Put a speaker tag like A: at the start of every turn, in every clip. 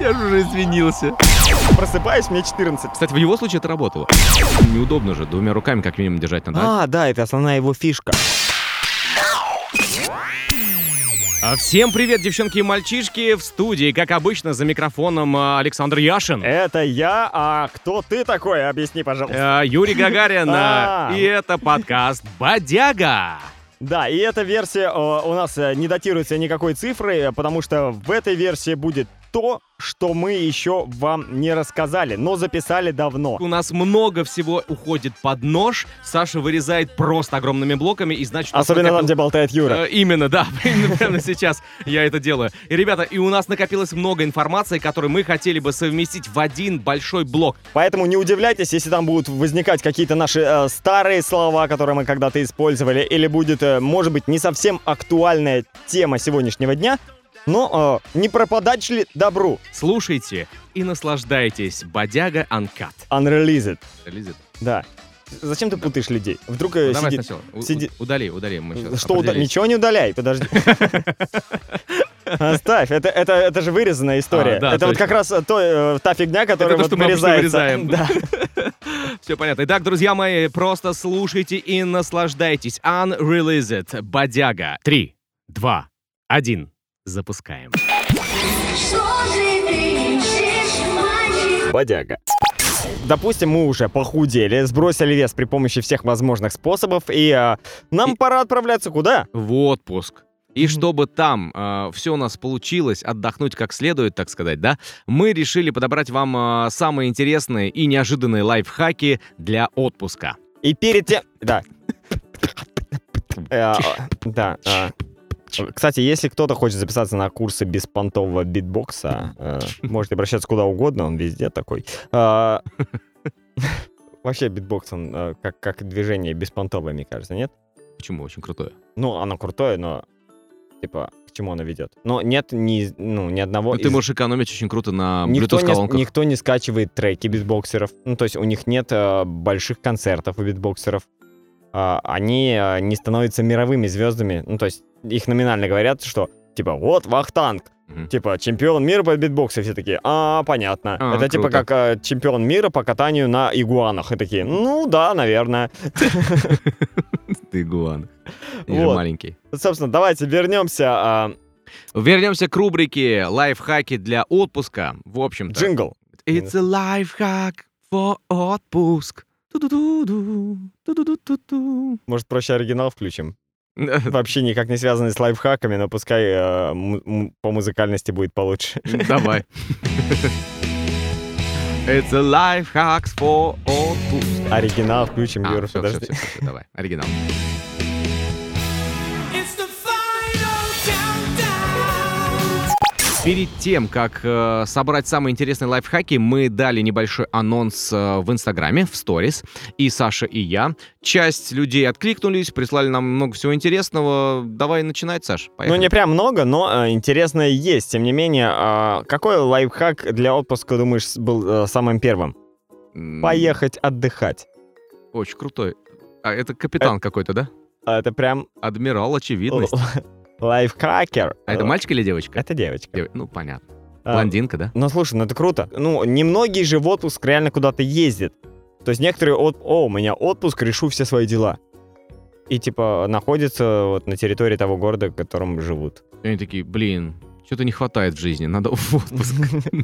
A: Я же уже извинился.
B: Просыпаюсь, мне 14.
A: Кстати, в его случае это работало. Неудобно же, двумя руками как минимум держать надо.
B: А, да, это основная его фишка.
A: А Всем привет, девчонки и мальчишки. В студии, как обычно, за микрофоном а, Александр Яшин.
B: Это я, а кто ты такой? Объясни, пожалуйста.
A: Э, Юрий Гагарин.
B: А.
A: э, И это подкаст «Бодяга».
B: Да, и эта версия э, у нас э, не датируется никакой цифрой, э, потому что в этой версии будет то, что мы еще вам не рассказали, но записали давно.
A: У нас много всего уходит под нож. Саша вырезает просто огромными блоками, и значит... у нас
B: Особенно там,
A: накопил-
B: где болтает Юра.
A: Э, Именно, да. Именно Прямо сейчас я это делаю. И, ребята, и у нас накопилось много информации, которую мы хотели бы совместить в один большой блок.
B: Поэтому не удивляйтесь, если там будут возникать какие-то наши э, старые слова, которые мы когда-то использовали, или будет, э, может быть, не совсем актуальная тема сегодняшнего дня. Но э, не пропадать ли добру?
A: Слушайте и наслаждайтесь. Бодяга Анкат.
B: Unreleased.
A: Лизит.
B: Да. Зачем ты путаешь людей? Вдруг э,
A: ну, Давай
B: сидит-
A: сначала. У- у-
B: сидит-
A: Удали, удали. Мы сейчас
B: Что уда-
A: определились.
B: Ничего не удаляй, подожди. Оставь, это, это, это же вырезанная история.
A: А, да,
B: это вот
A: точно.
B: как раз э, то, э, та фигня,
A: то,
B: которая вот
A: что мы обычно
B: вырезается.
A: вырезаем.
B: Да.
A: Все понятно. Итак, друзья мои, просто слушайте и наслаждайтесь. Unreleased. Бодяга. Три, два, один. Запускаем.
B: Бодяга. Допустим, мы уже похудели, сбросили вес при помощи всех возможных способов, и э, нам
A: И-
B: пора отправляться куда?
A: В отпуск. И
B: Мгм.
A: чтобы там все у нас получилось, отдохнуть как следует, так сказать, да, мы решили подобрать вам э, самые интересные и неожиданные лайфхаки для отпуска.
B: И перед тем... Да. Э, Да. э. Кстати, если кто-то хочет записаться на курсы беспонтового битбокса, э, можете обращаться куда угодно, он везде такой. Э, Вообще битбокс, он э, как, как движение беспонтовое, мне кажется, нет?
A: Почему? Очень крутое.
B: Ну, оно крутое, но типа к чему оно ведет? Но нет ни, ну, ни одного
A: Ну, ты
B: из-
A: можешь экономить очень круто на
B: Никто не,
A: А, Bluetooth-колонках.
B: никто не скачивает треки битбоксеров. Ну, то есть у них нет э, больших концертов у битбоксеров. А, они э, не становятся мировыми звездами. Ну, то есть их номинально говорят, что типа вот Вахтанг,
A: Мгм.
B: типа чемпион мира по битбоксу. И Все такие, а, понятно.
A: А,
B: Это типа
A: круто.
B: как э, чемпион мира по катанию на игуанах. И такие, ну да, наверное.
A: Ты гуан. Ты же
B: Вот.
A: маленький.
B: Собственно, давайте вернемся. а,
A: Вернемся к рубрике «Лайфхаки для отпуска». В общем-то.
B: джингл.
A: It's a lifehack for отпуск. Ту-ду-ду-ду, ту-ду-ду-ду-ду.
B: Может, проще оригинал включим? Вообще никак не связанный с лайфхаками, но пускай э, м- м- по музыкальности будет получше.
A: Давай. It's a lifehack for отпуск.
B: Оригинал включим,
A: А,
B: Юра,
A: всё, всё,
B: подожди. Ну,
A: всё, всё, давай, оригинал. Перед тем, как э, собрать самые интересные лайфхаки, мы дали небольшой анонс э, в Инстаграме, в сторис. И Саша, и я. Часть людей откликнулись, прислали нам много всего интересного. Давай начинать, Саш.
B: Ну,
A: Поехали.
B: не прям много, но э, интересное есть. Тем не менее, а, какой лайфхак для отпуска, думаешь, с- был э, самым первым?
A: М,
B: Поехать отдыхать.
A: Очень крутой. А это
B: Э.
A: капитан какой-то, да?
B: А Это прям
A: Адмирал, очевидно.
B: л- лайфхакер. Э,
A: А это мальчик или девочка?
B: Это девочка.
A: Дев- Ну, понятно.
B: А,
A: Блондинка, да?
B: Ну, слушай, ну это круто. Ну, немногие же в отпуск реально куда-то ездят. То есть некоторые, от... о, у меня отпуск, решу все свои дела. И типа находятся вот на территории того города, в котором живут.
A: И они такие, блин, что-то не хватает в жизни, надо в отпуск.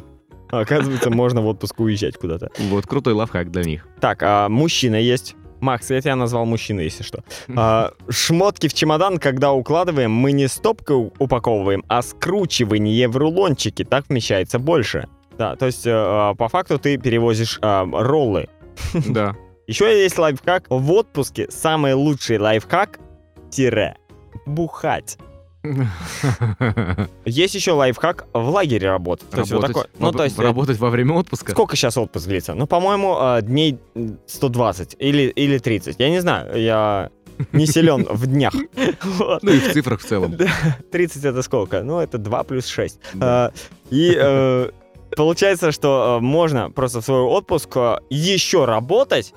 B: Оказывается, можно в отпуск уезжать куда-то.
A: Вот, крутой лавхак для них.
B: Так, а, мужчина есть. Макс, я тебя назвал мужчиной, если что. А, шмотки в чемодан, когда укладываем, мы не стопкой у- упаковываем, а скручивание в рулончики. Так вмещается больше. Да, то есть э, а, по факту ты перевозишь а, роллы.
A: Да.
B: Еще есть лайфхак. В отпуске самый лучший лайфхак – тире. Бухать. Есть еще лайфхак в лагере работать. То есть вот такой.
A: Работать
B: Ну,
A: во-
B: то есть э,
A: Работать во время отпуска.
B: Сколько сейчас отпуск длится? Ну, по-моему, э, дней 120 или, или 30. Я не знаю, я не силен в днях. Вот.
A: Ну и в цифрах в целом.
B: Да, 30 это сколько? Ну, это 2 плюс 6.
A: Да.
B: И э, получается, что э, можно просто в свой отпуск еще э, работать,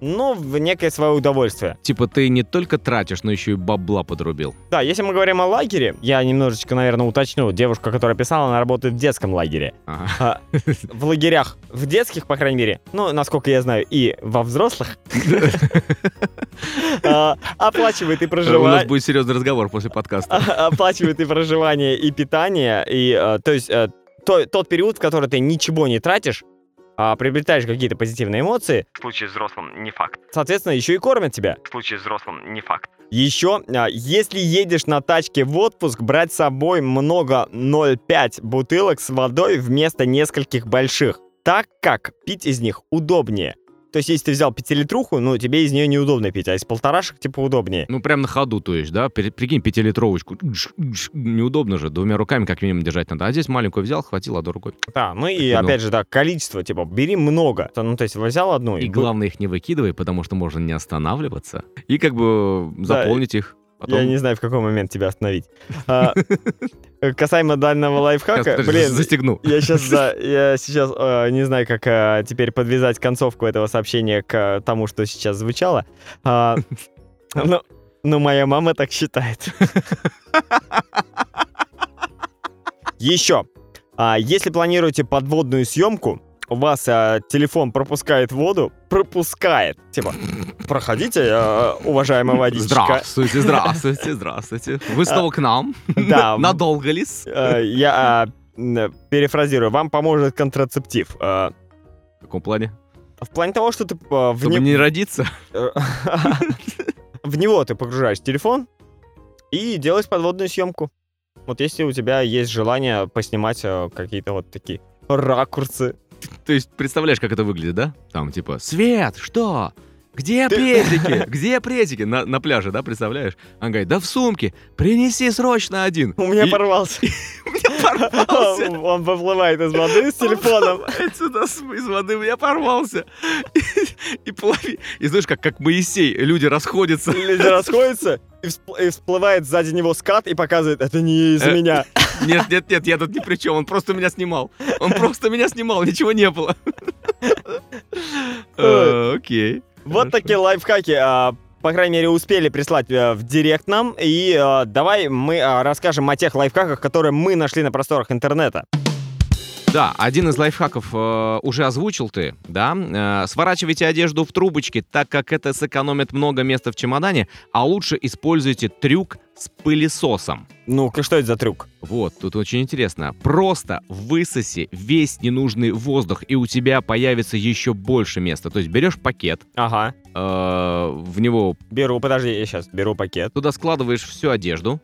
B: но в некое свое удовольствие.
A: Типа ты не только тратишь, но еще и бабла подрубил.
B: Да, если мы говорим о лагере, я немножечко, наверное, уточню. Девушка, которая писала, она работает в детском лагере.
A: Ага.
B: А, в лагерях, в детских, по крайней мере, ну, насколько я знаю, и во взрослых, а, оплачивает и
A: У нас
B: проживает.
A: будет серьезный разговор после подкаста.
B: оплачивает и проживание, и питание, и, э, то есть, э, то- тот период, в который ты ничего не тратишь, а приобретаешь какие-то позитивные эмоции. В случае с взрослым не факт. Соответственно, еще и кормят тебя. В случае с взрослым не факт. Еще, а, если едешь на тачке в отпуск, брать с собой много 0,5 бутылок с водой вместо нескольких больших, так как пить из них удобнее. То есть, если ты взял пятилитруху, ну, тебе из нее неудобно пить, а из полторашек, типа, удобнее.
A: Ну, прям на ходу, то есть, да? Пере- Прикинь, пятилитровочку. Дж- дж- Неудобно же, двумя руками как минимум держать надо. А здесь маленькую взял, хватил одной рукой.
B: Да, ну и
A: Ну.
B: опять же, да, количество, типа, бери много. То- Ну, то есть, взял одну
A: И
B: бы-
A: главное, их не выкидывай, потому что можно не останавливаться. И как бы
B: Да,
A: заполнить их.
B: Я не знаю, в какой момент тебя остановить. А, э, Касаемо дальнего
A: Сейчас,
B: лайфхака,
A: подожди,
B: блин,
A: застегну.
B: я сейчас, да, я сейчас э, не знаю, как э, теперь подвязать концовку этого сообщения к э, тому, что сейчас звучало. А, ну, ну, моя мама так считает. Еще. А, если планируете подводную съемку, у вас э, телефон пропускает воду, пропускает. Типа, проходите, э, уважаемая водичка. А,
A: Здравствуйте, здравствуйте, здравствуйте. Вы снова к нам?
B: Да,
A: Надолго ли? с?
B: э, я э, м, перефразирую, вам поможет контрацептив. Э,
A: В каком плане?
B: В плане того, что ты э, в,
A: Чтобы
B: не-
A: не родиться?
B: э, в него ты погружаешь телефон и делаешь подводную съемку. Вот если у тебя есть желание поснимать э, какие-то вот такие ракурсы.
A: То есть представляешь, как это выглядит, да? Там типа «Свет, что? Где презики? Где презики?» на, на пляже, да, представляешь? Он говорит «Да в сумке! Принеси срочно один!»
B: У меня
A: И-
B: порвался.
A: порвался.
B: Он поплывает из воды с телефоном.
A: Отсюда с- из воды я порвался. И, плави- и знаешь, как, как Моисей, люди расходятся.
B: Люди расходятся, и всп- и всплывает сзади него скат и показывает, это не из-за
A: Э,
B: меня.
A: Нет, нет, нет, я тут ни при чем, он просто меня снимал. Он просто меня снимал, ничего не было. Э, Окей.
B: Вот
A: Хорошо.
B: такие лайфхаки. а, По крайней мере, успели прислать э, в директ нам. И э, давай мы а, расскажем о тех лайфхаках, которые мы нашли на просторах интернета.
A: Да, один из лайфхаков э, уже озвучил ты, да? Э, сворачивайте одежду в трубочки, так как это сэкономит много места в чемодане, а лучше используйте трюк с пылесосом.
B: Ну-ка, Ну, что это за трюк?
A: Вот, тут очень интересно. Просто высоси весь ненужный воздух, и у тебя появится еще больше места. То есть берешь пакет,
B: Ага.
A: э, в него
B: Беру, подожди, я сейчас беру пакет.
A: туда складываешь всю одежду,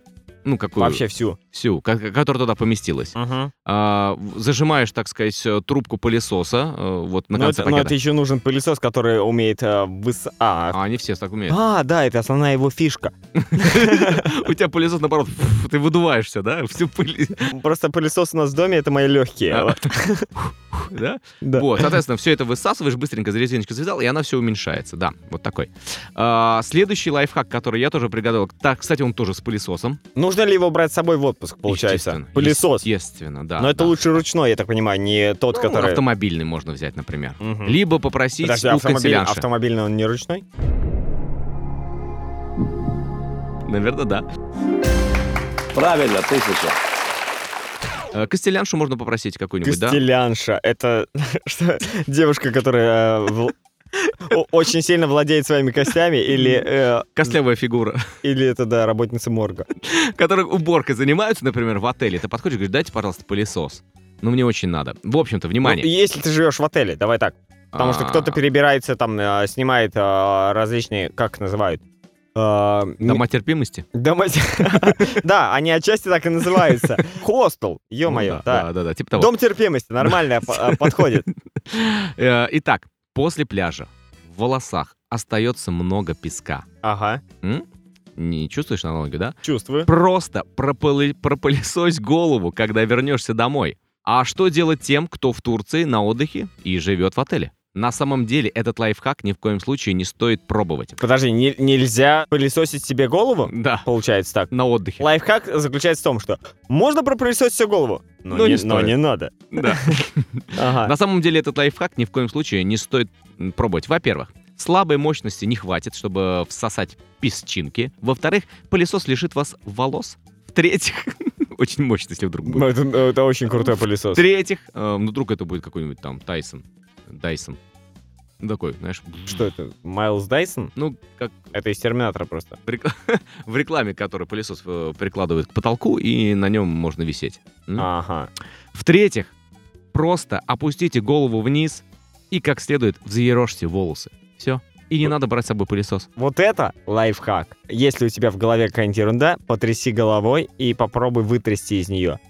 A: ну какую
B: Вообще всю.
A: всю, ко- которая туда поместилась.
B: Угу.
A: А, в- зажимаешь, так сказать, э, трубку пылесоса, э, вот на
B: но,
A: конце
B: Ну, это, но
A: пакета.
B: это еще нужен пылесос, который умеет э, выс... А,
A: А они все так умеют.
B: а, да, это основная его фишка.
A: У тебя пылесос, наоборот, фу, ты выдуваешься, да? Всю пыль,
B: Просто пылесос у нас в доме, это мои легкие.
A: А.
B: Вот.
A: да?
B: Да.
A: Вот, соответственно, все это высасываешь, быстренько за резиночку связал, и она все уменьшается. Да, вот такой. А, следующий лайфхак, который я тоже приготовил. Так, кстати, он тоже с пылесосом.
B: Нужно ли его брать с собой в отпуск, получается?
A: Естественно.
B: Пылесос.
A: Естественно, да.
B: Но это
A: да.
B: лучше ручной, я так понимаю, не тот,
A: Ну,
B: который...
A: Автомобильный можно взять, например.
B: Мгм.
A: Либо попросить
B: Подожди,
A: у
B: автомобиль,
A: канцелянши.
B: автомобильный он не ручной?
A: Наверное, да.
C: Правильно, тысяча.
A: Э, Костеляншу можно попросить какую-нибудь, да?
B: Костелянша. Это что, девушка, которая э, вл- о- очень сильно владеет своими костями, или, э,
A: Костлявая фигура,
B: или это, да, работница морга.
A: которые уборкой занимаются, например, в отеле. Ты подходишь и говоришь, дайте, пожалуйста, пылесос. Ну, мне очень надо. В общем-то,
B: Ну,
A: внимание.
B: если ты живешь в отеле, давай так. Потому что
A: А,
B: кто-то перебирается, там, э, снимает э, различные, как называют? Э, м-
A: Дома терпимости?
B: дома- Да, они отчасти так и называются. Хостел,
A: Ну
B: ё-моё, да.
A: да. Да, да, типа того.
B: Дом терпимости, нормально э, подходит.
A: Э, Итак, после пляжа в волосах остается много песка.
B: Ага,
A: М? Не чувствуешь аналогию, да?
B: чувствую.
A: Просто пропылы- пропылесось голову, когда вернешься домой. А что делать тем, кто в Турции на отдыхе и живет в отеле? На самом деле этот лайфхак ни в коем случае не стоит пробовать.
B: Подожди, не- нельзя пылесосить себе голову?
A: Да,
B: Получается так.
A: на отдыхе.
B: Лайфхак заключается в том, что можно пропылесосить всю голову, но,
A: Но
B: не,
A: не
B: но
A: стоит.
B: не надо.
A: Да.
B: Ага. А.
A: На самом деле этот лайфхак ни в коем случае не стоит м, пробовать. Во-первых, слабой мощности не хватит, чтобы всосать песчинки. Во-вторых, пылесос лишит вас волос. В-третьих, очень мощно, если вдруг будет.
B: Ну, Это, это очень крутой пылесос.
A: В-третьих, э, ну вдруг это будет какой-нибудь там Тайсон, Дайсон. Ну, Такой, знаешь,
B: Что это? Майлз Дайсон?
A: ну, как
B: Это из Терминатора просто.
A: в рек- в рекламе, который пылесос э, прикладывают к потолку, и на нем можно висеть. М?
B: Ага.
A: В-третьих, просто опустите голову вниз и как следует взъерошьте волосы. Все. И не надо брать с собой пылесос.
B: Вот это лайфхак. Если у тебя в голове какая-нибудь ерунда, потряси головой и попробуй вытрясти из нее.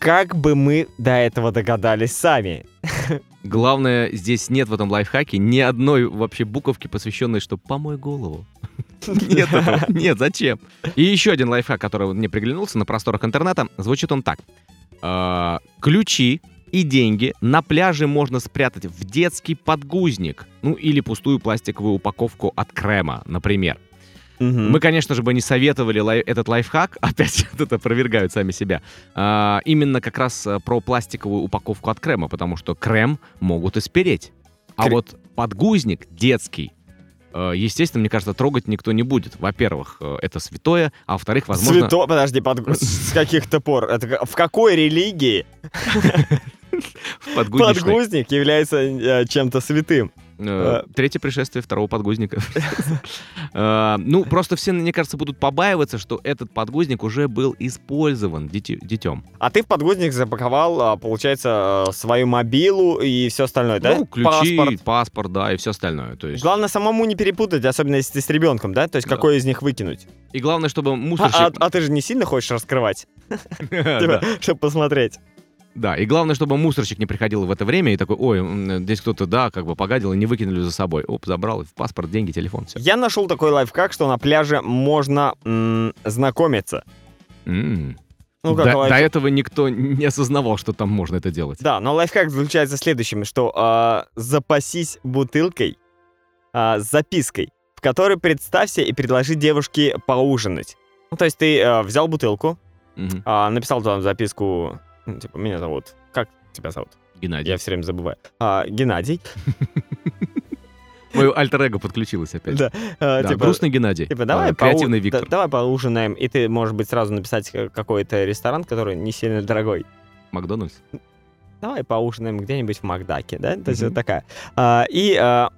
B: Как бы мы до этого догадались сами.
A: Главное, здесь нет в этом лайфхаке ни одной вообще буковки, посвященной, что «помой голову». Нет этого. Нет, зачем? И еще один лайфхак, который вот мне приглянулся на просторах интернета, звучит он так. А, Ключи и деньги на пляже можно спрятать в детский подгузник, ну или пустую пластиковую упаковку от крема, например. Мы,
B: Мы...
A: конечно же, бы не советовали лай- этот лайфхак. Опять тут опровергают сами себя. А, именно как раз э, про пластиковую упаковку от крема, потому что крем могут испереть. А
B: Кре-
A: вот подгузник детский, э, естественно, мне кажется, трогать никто не будет. Во-первых, э, это святое, а во-вторых, возможно...
B: Свято... Подожди, под... с каких-то пор. Это к- В какой религии
A: в подгузничной-
B: подгузник является э, чем-то святым?
A: Э, Третье пришествие второго подгузника. Э, Ну, просто все, мне кажется, будут побаиваться, что этот подгузник уже был использован дити- детем.
B: А ты в подгузник запаковал, а, получается, э, свою мобилу и все остальное, да?
A: Ну, ключи,
B: Паспорт.
A: паспорт. да, и все остальное. То есть.
B: Главное самому не перепутать, особенно если ты с ребенком, да? То есть
A: Да.
B: какой из них выкинуть?
A: И главное, чтобы
B: А, а-
A: мусорщик...
B: а ты же не сильно хочешь раскрывать,
A: Да.
B: чтобы посмотреть.
A: Да, и главное, чтобы мусорщик не приходил в это время и такой, ой, м, здесь кто-то, да, как бы погадил и не выкинули за собой. Оп, забрал, и в паспорт, деньги, телефон, все.
B: Я нашел такой лайфхак, что на пляже можно м, знакомиться. Ну, как
A: М-м. до,
B: лайф-
A: до этого никто не осознавал, что там можно это делать.
B: Да, но лайфхак заключается в следующем, что а, запасись бутылкой а, с запиской, в которой представься и предложи девушке поужинать. Ну, то есть ты а, взял бутылку,
A: Мгм.
B: а, написал там записку, ну, типа, меня зовут, как тебя зовут?
A: Геннадий.
B: Я все время забываю. А, Геннадий.
A: Мое альтер-эго подключилось опять.
B: Да, а,
A: Да,
B: типа,
A: грустный Геннадий.
B: Типа, давай,
A: А, Креативный
B: поу-
A: Виктор.
B: да- давай поужинаем, и ты, может быть, сразу написать э, какой-то ресторан, который не сильно дорогой.
A: Макдональдс.
B: Давай поужинаем где-нибудь в Макдаке, да? То есть
A: Мгм.
B: вот такая. А, и а,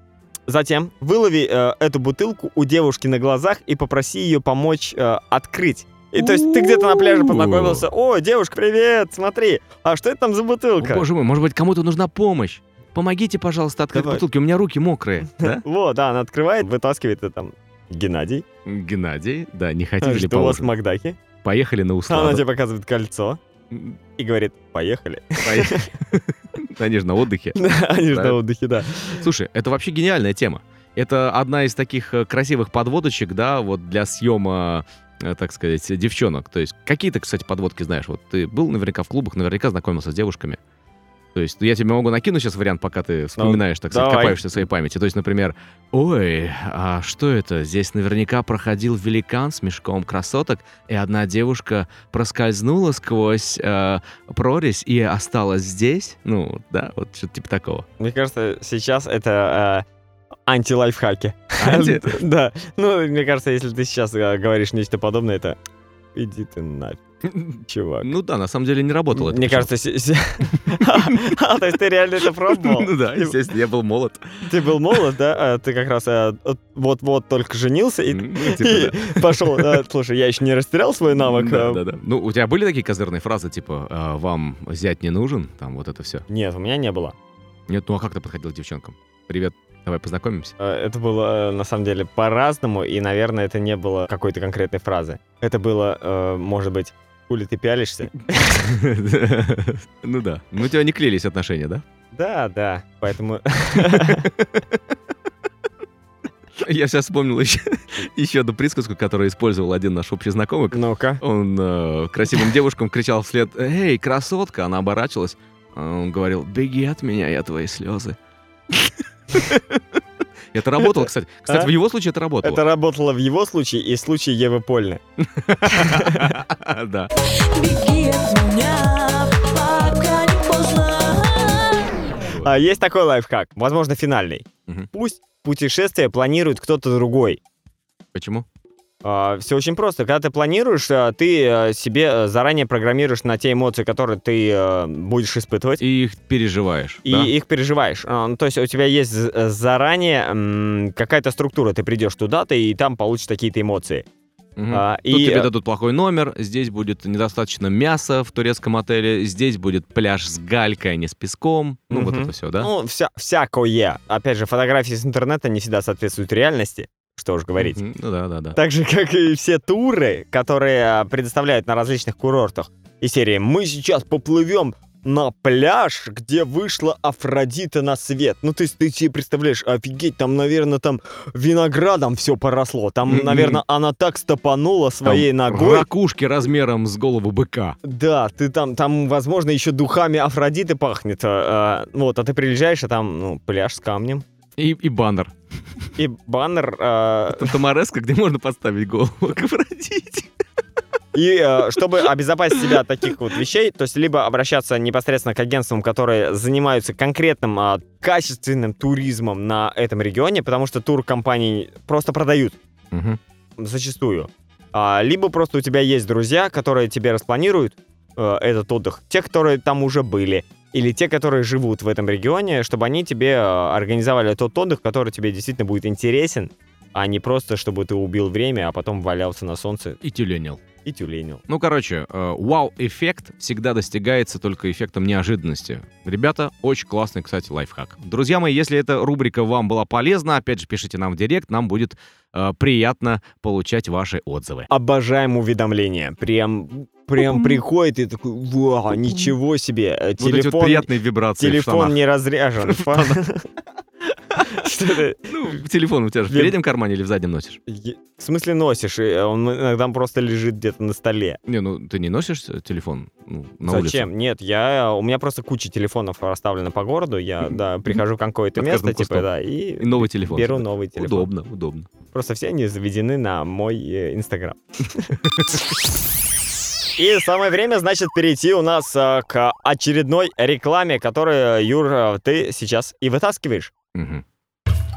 B: затем вылови э, эту бутылку у девушки на глазах и попроси ее помочь э, открыть. И то есть ты где-то на пляже
A: У-у-у.
B: познакомился, о, девушка, привет, смотри, а что это там за
A: О,
B: бутылка?
A: боже мой, может быть, кому-то нужна помощь. Помогите, пожалуйста, открыть
B: Давай.
A: бутылки, у меня руки мокрые. Да?
B: Вот, да, она открывает, вытаскивает это там. Геннадий,
A: Геннадий, да, не хотели
B: жду А вас в
A: поужинать.
B: Макдаке.
A: Поехали на
B: Она
A: Усладу.
B: тебе показывает кольцо и говорит, поехали.
A: Поехали. Конечно, на отдыхе.
B: Они же
A: Да.
B: на отдыхе, да.
A: Слушай, это вообще гениальная тема. Это одна из таких э, красивых подводочек, да, вот для съема, э, так сказать, девчонок. То есть какие ты, кстати, подводки знаешь? Вот ты был наверняка в клубах, наверняка знакомился с девушками. То есть я тебе могу накину сейчас вариант, пока ты вспоминаешь, так сказать,
B: давай.
A: копаешься в своей памяти. То есть, например, ой, а что это? Здесь наверняка проходил великан с мешком красоток, и одна девушка проскользнула сквозь э, прорезь и осталась здесь. Ну, да, вот что-то типа такого.
B: Мне кажется, сейчас это э, анти-лайфхаки.
A: Анти?
B: Да. Ну, мне кажется, если ты сейчас э, говоришь нечто подобное, это иди ты нафиг, чувак.
A: Ну да, на самом деле не работало. это
B: Мне
A: почему-то.
B: кажется, се- се- А, то есть ты реально это пробовал?
A: Ну да,
B: Ты-
A: естественно, я был молод.
B: Ты был молод, да? А Ты как раз э, от- вот-вот только женился и
A: Ну, типа, да.
B: пошел. Слушай, я еще не растерял свой навык.
A: Да,
B: э,
A: да, да. Ну, у тебя были такие козырные фразы, типа, «А, вам зять не нужен, там вот это все.
B: Нет, у меня не было.
A: Нет, ну а как ты подходил к девчонкам? Привет, давай познакомимся.
B: Э, Это было, э, на самом деле, по-разному, и, наверное, это не было какой-то конкретной фразы. Это было, э, может быть, хули ты пялишься?
A: Ну да. Ну у тебя не клеились отношения, да?
B: Да, да, поэтому...
A: Я сейчас вспомнил еще, еще одну присказку, которую использовал один наш общий знакомый.
B: Ну-ка.
A: Он э, красивым девушкам кричал вслед «Эй, красотка!» Она оборачивалась. а Он говорил «Беги от меня, я твои слезы». Это работало, кстати. Кстати,
B: А?
A: в его случае это
B: Это
A: работало.
B: работало в его случае и в случае Евы Польны.
A: Да.
B: А.
D: Беги от меня, пока не поздно.
B: А, есть такой лайфхак, возможно, финальный.
A: Мгм.
B: Пусть путешествие планирует кто-то другой.
A: Почему?
B: все очень просто. Когда ты планируешь, а, ты а, себе а, заранее программируешь на те эмоции, которые ты а, будешь испытывать.
A: И их переживаешь.
B: И
A: да?
B: их переживаешь. А, ну, то есть у тебя есть з- э, заранее м, какая-то структура. Ты придешь туда, ты и там получишь такие-то эмоции.
A: Мгм.
B: а,
A: Тут
B: и,
A: тебе
B: э,
A: дадут плохой номер, здесь будет недостаточно мяса в турецком отеле, здесь будет пляж с галькой, а не с песком. Ну, вот
B: Мгм.
A: это все, да?
B: Ну, вся, всякое. Опять же, фотографии с интернета не всегда соответствуют реальности. Что уж говорить.
A: Мгм. Ну да, да, да.
B: Так же, как и все туры, которые а, предоставляют на различных курортах. И серии «Мы сейчас поплывем на пляж, где вышла Афродита на свет». Ну, то есть ты себе представляешь, офигеть, там, наверное, там виноградом все поросло. Там,
A: Мгм.
B: наверное, она так стопанула
A: Там
B: своей ногой.
A: Ракушки размером с голову быка.
B: Да, ты там, там, возможно, еще духами Афродиты пахнет. а, а, вот, а ты приезжаешь, а там, ну, пляж с камнем.
A: И, и баннер.
B: И баннер а,
A: Тантамареска, где можно подставить голову к Афродите.
B: И э, чтобы обезопасить себя от таких вот вещей, то есть либо обращаться непосредственно к агентствам, которые занимаются конкретным а, качественным туризмом на этом регионе, потому что туркомпании просто продают
A: Мгм.
B: зачастую. А, либо просто у тебя есть друзья, которые тебе распланируют э, этот отдых, те, которые там уже были, или те, которые живут в этом регионе, чтобы они тебе э, организовали тот отдых, который тебе действительно будет интересен, а не просто, чтобы ты убил время, а потом валялся на солнце
A: И тюленел.
B: и тюленил.
A: Ну, короче, э, вау-эффект всегда достигается только эффектом неожиданности. Ребята, очень классный, кстати, лайфхак. Друзья мои, если эта рубрика вам была полезна, опять же, пишите нам в директ, нам будет э, приятно получать ваши отзывы.
B: обожаем уведомления. Прям, прям приходит и такой, вау, ничего себе. Э,
A: Вот эти вот
B: Телефон,
A: приятные вибрации в
B: телефон
A: штанах.
B: не разряжен. Что ты?
A: Ну, телефон у тебя же в
B: Виб-
A: переднем кармане или в заднем носишь?
B: Е- В смысле носишь? И, э, Он иногда просто лежит где-то на столе.
A: Не, ну ты не носишь э, телефон ну, на улице?
B: Зачем? Нет, я у меня просто куча телефонов расставлена по городу. Я да прихожу в какое-то
A: Под
B: место,
A: каждым
B: типа
A: кустом.
B: да,
A: И
B: и
A: новый телефон.
B: беру
A: всегда.
B: новый телефон.
A: Удобно, удобно.
B: Просто все они заведены на мой э, инстаграм. И самое время, значит, перейти у нас э, к очередной рекламе, которую, Юр, э, ты сейчас и вытаскиваешь.
A: Мгм.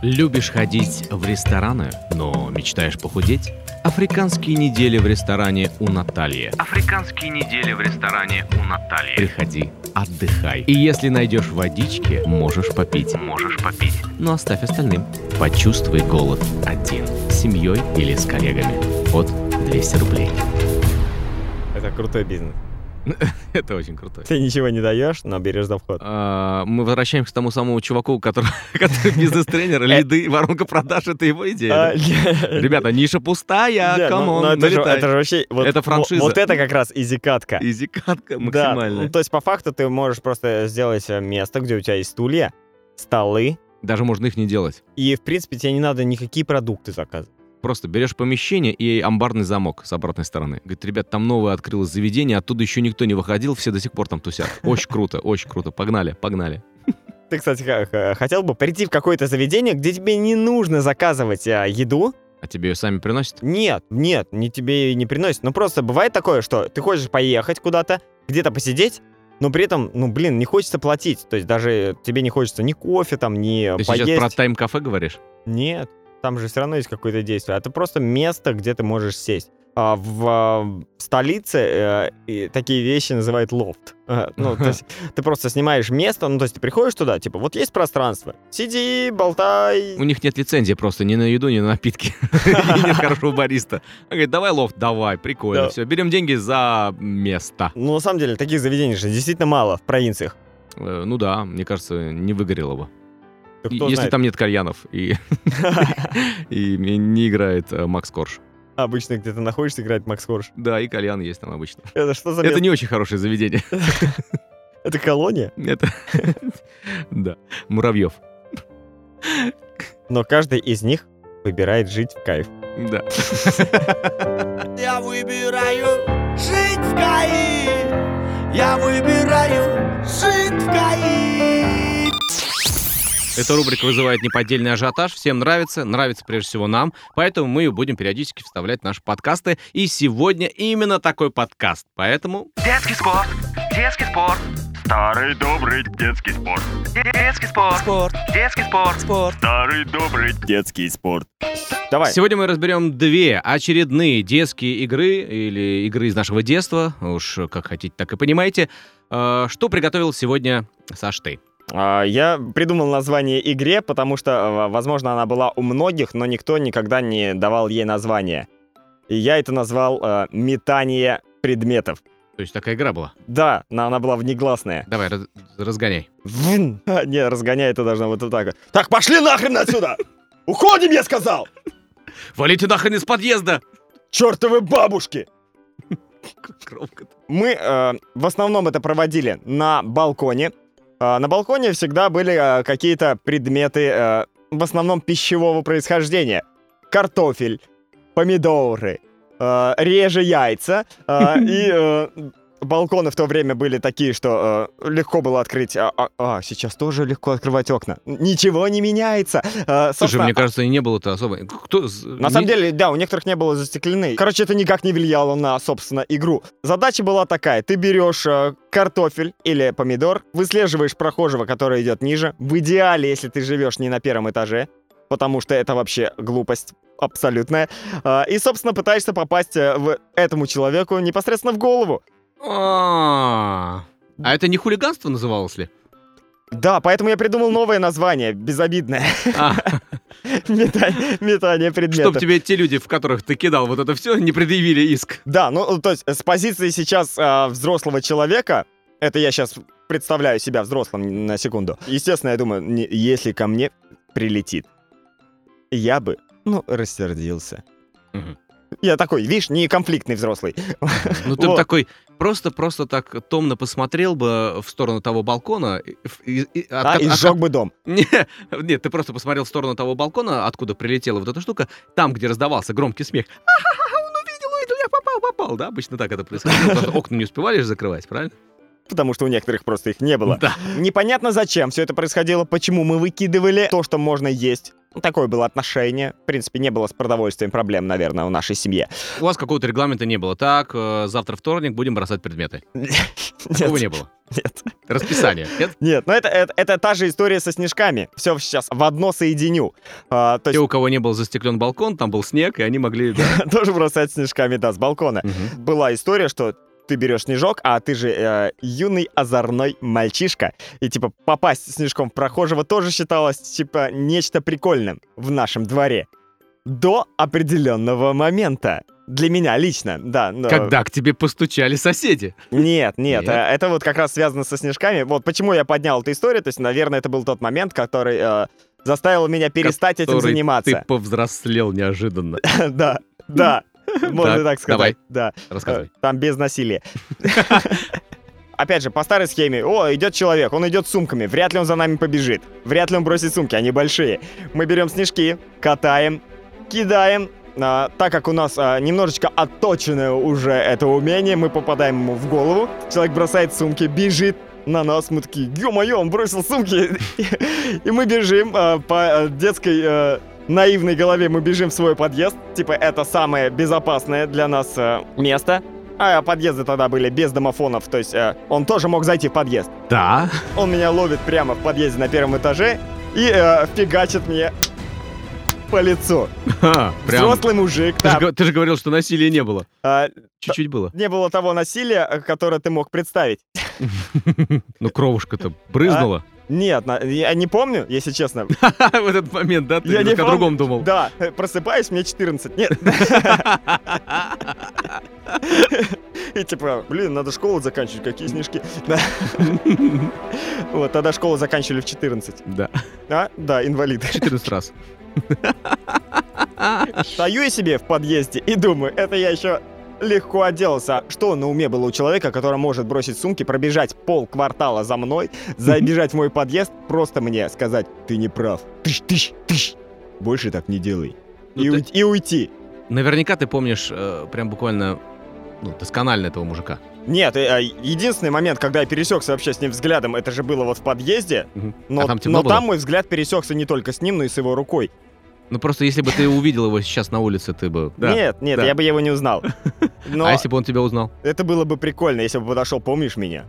A: Любишь ходить в рестораны, но мечтаешь похудеть? Африканские недели в ресторане у Натальи. Африканские недели в ресторане у Натальи. Приходи, отдыхай. И если найдешь водички, можешь попить. Можешь попить. Но оставь остальным. Почувствуй голод один. С семьей или с коллегами. От 200 рублей.
B: Это крутой бизнес.
A: Это очень круто.
B: Ты ничего не даешь, но берешь за вход.
A: А, Мы возвращаемся к тому самому чуваку, у которого- который бизнес-тренер, лиды, воронка продаж, это его идея. да?
B: А, не-
A: Э, Ребята, ниша пустая,
B: не, ну-
A: камон,
B: ну это же,
A: налетай.
B: это же вообще... вот-
A: Это франшиза.
B: Вот это как раз изикатка.
A: И зикатка
B: Да,
A: максимальная.
B: ну, то есть по факту ты можешь просто сделать э, место, где у тебя есть стулья, столы,
A: Даже можно их не делать.
B: и, в принципе, тебе не надо никакие продукты заказывать.
A: Просто берешь помещение и амбарный замок с обратной стороны. Говорит, ребят, там новое открылось заведение, оттуда еще никто не выходил, все до сих пор там тусят. Очень круто, очень круто. Погнали, погнали.
B: Ты, кстати, х- х- хотел бы прийти в какое-то заведение, где тебе не нужно заказывать а, еду?
A: А тебе ее сами приносят?
B: Нет, нет, не тебе и не приносит. Ну просто бывает такое, что ты хочешь поехать куда-то, где-то посидеть, но при этом, ну блин, не хочется платить. То есть даже тебе не хочется ни кофе там, ни
A: Ты сейчас
B: поесть.
A: про тайм-кафе говоришь?
B: Нет, там же все равно есть какое-то действие. Это просто место, где ты можешь сесть. А в, а, в столице э, и такие вещи называют лофт. Э, ну, то есть ты просто снимаешь место, ну, то есть ты приходишь туда, типа, вот есть пространство, сиди, болтай.
A: У них нет лицензии просто ни на еду, ни на напитки. И нет хорошего бариста. Он говорит, давай лофт, давай, прикольно,
B: Да.
A: все. Берем деньги за место.
B: Ну, на самом деле, таких заведений же действительно мало в провинциях.
A: Э, Ну да, мне кажется, не выгорело бы.
B: Да
A: И-
B: кто
A: Если
B: знает.
A: там нет кальянов и, и не- не играет э, Макс Корж.
B: Обычно где ты находишься, играет Макс Корж.
A: Да, и кальян есть там обычно.
B: Это что за
A: Это
B: место?
A: не очень хорошее заведение.
B: Это колония?
A: Это... Да, Муравьев.
B: Но каждый из них выбирает жить в кайф.
A: Да.
D: Я выбираю жить в КАИ. Я выбираю жить в КАИ.
A: Эта рубрика вызывает неподдельный ажиотаж. Всем нравится, нравится прежде всего нам. Поэтому мы ее будем периодически вставлять в наши подкасты. И сегодня именно такой подкаст. Поэтому
E: Детский спорт, детский спорт, Старый добрый детский спорт. Детский спорт.
D: Спорт,
E: Детский спорт.
D: спорт.
E: Старый добрый детский спорт.
B: Давай.
A: Сегодня мы разберем две очередные детские игры или игры из нашего детства. Уж как хотите, так и понимаете. Э, Что приготовил сегодня Саш ты?
B: А, Я придумал название игре, потому что, э, возможно, она была у многих, но никто никогда не давал ей название. И я это назвал э, метание предметов.
A: То есть такая игра была.
B: Да, но она была внегласная.
A: Давай, раз- разгоняй.
B: Вн! А, Не, разгоняет это должно вот так. вот. Так, пошли нахрен отсюда! Уходим, я сказал!
A: Валите нахрен из подъезда!
B: Чертовы бабушки!
A: Громко.
B: Мы э, в основном это проводили на балконе. Э, на балконе всегда были э, какие-то предметы, э, в основном пищевого происхождения. Картофель, помидоры, э, реже яйца. э, и э, балконы в то время были такие, что э, легко было открыть. А, а- а, сейчас тоже легко открывать окна. Ничего не меняется. Э,
A: Слушай,
B: собственно,
A: мне кажется, и не было-то особо. Кто... з-
B: на
A: не-
B: самом деле, да, у некоторых не было застеклены. Короче, это никак не влияло на, собственно, игру. Задача была такая. Ты берешь э, картофель или помидор, выслеживаешь прохожего, который идет ниже. В идеале, если ты живешь не на первом этаже, потому что это вообще глупость абсолютная. Э, и, собственно, пытаешься попасть э, в этому человеку непосредственно в голову.
A: А а это не хулиганство называлось ли?
B: Да, поэтому я придумал новое название, безобидное.
A: А,
B: Метание метание предметов.
A: чтоб тебе те люди, в которых ты кидал вот это все, не предъявили иск.
B: Да, ну то есть с позиции сейчас а, взрослого человека, это я сейчас представляю себя взрослым на секунду. Естественно, я думаю, не- если ко мне прилетит, я бы, ну, рассердился.
A: Мгм.
B: Я такой, видишь, не конфликтный взрослый.
A: Ну ты бы
B: Вот.
A: такой просто-просто так томно посмотрел бы в сторону того балкона. и- и- и- от
B: а,
A: ко-
B: и
A: от
B: сжег бы дом.
A: Не, Нет, ты просто посмотрел в сторону того балкона, откуда прилетела вот эта штука, там, где раздавался громкий смех. «Ахахаха, он увидел, увидел, я попал, попал, да? Обычно так это происходило, потому что окна не успевали же закрывать, правильно?
B: Потому что у некоторых просто их не было.
A: Да.
B: Непонятно, зачем все это происходило, почему мы выкидывали то, что можно есть. Ну, Такое было отношение. В принципе, не было с продовольствием проблем, наверное, у нашей семье.
A: У вас какого-то регламента не было. Так, э, завтра вторник, будем бросать предметы. Такого
B: Нет.
A: не было.
B: Нет.
A: Расписание. Нет?
B: Нет, ну это, это, это та же история со снежками. Все сейчас в одно соединю. А, то
A: Те,
B: есть
A: у кого не был застеклен балкон, там был снег, и они могли... да.
B: тоже бросать снежками, да, с балкона.
A: Мгм.
B: Была история, что ты берешь снежок, а ты же э, юный озорной мальчишка. И типа попасть снежком в прохожего тоже считалось типа нечто прикольным в нашем дворе. До определенного момента. Для меня лично, да. но-
A: Когда к тебе постучали соседи.
B: Нет, нет,
A: Нет?
B: э, это вот как раз связано со снежками. Вот почему я поднял эту историю, то есть, наверное, это был тот момент, который э, заставил меня перестать этим
A: которые
B: заниматься.
A: Ты повзрослел неожиданно.
B: Да, да, можно
A: Так,
B: так сказать.
A: давай.
B: Да, Э,
A: Рассказывай.
B: там без насилия. Опять же, по старой схеме, о, идет человек, он идет с сумками, вряд ли он за нами побежит, вряд ли он бросит сумки, они большие. Мы берем снежки, катаем, кидаем. А, так как у нас а, немножечко отточенное уже это умение, мы попадаем ему в голову, человек бросает сумки, бежит на нас, мы такие, ё-моё, он бросил сумки, и мы бежим а, по э, детской э, наивной голове, мы бежим в свой подъезд, типа это самое безопасное для нас э, место, а подъезды тогда были без домофонов, то есть э, он тоже мог зайти в подъезд.
A: Да.
B: Он меня ловит прямо в подъезде на первом этаже и э, фигачит мне по лицу.
A: Ха, Прям.
B: Взрослый мужик,
A: Ты
B: да.
A: же г- ты же говорил, что насилия не было.
B: А,
A: Чуть-чуть было.
B: не было того насилия, э, которое ты мог представить.
A: Ну, кровушка-то брызнула.
B: Нет, на- я не помню, если честно.
A: А? В этот момент, да? Ты
B: Я не
A: немножко о
B: помню.
A: другом думал.
B: Да, э, просыпаюсь, мне 14. Нет. И типа, блин, надо школу заканчивать, какие снежки. Да. Вот, тогда школу заканчивали в 14.
A: Да.
B: А, да, инвалиды.
A: 14 раз.
B: Стою я себе в подъезде и думаю, это я еще легко отделался. А Что на уме было у человека, который может бросить сумки, пробежать пол квартала за мной, забежать в мой подъезд, просто мне сказать, ты не прав. Тыщ, тыщ, тыщ. Больше так не делай.
A: Ну,
B: и,
A: ты-
B: уйти- и уйти.
A: Наверняка ты помнишь э, прям буквально ну, досконально этого мужика.
B: Нет, э, э, единственный момент, когда я пересекся вообще с ним взглядом, это же было вот в подъезде,
A: Мгм.
B: но,
A: А там темно
B: но
A: было?
B: там мой взгляд пересекся не только с ним, но и с его рукой.
A: Ну, просто если бы ты увидел его сейчас на улице, ты бы...
B: Нет, нет,
A: да.
B: я бы его не узнал. Но
A: А если бы он тебя узнал?
B: это было бы прикольно, если бы подошел, помнишь меня?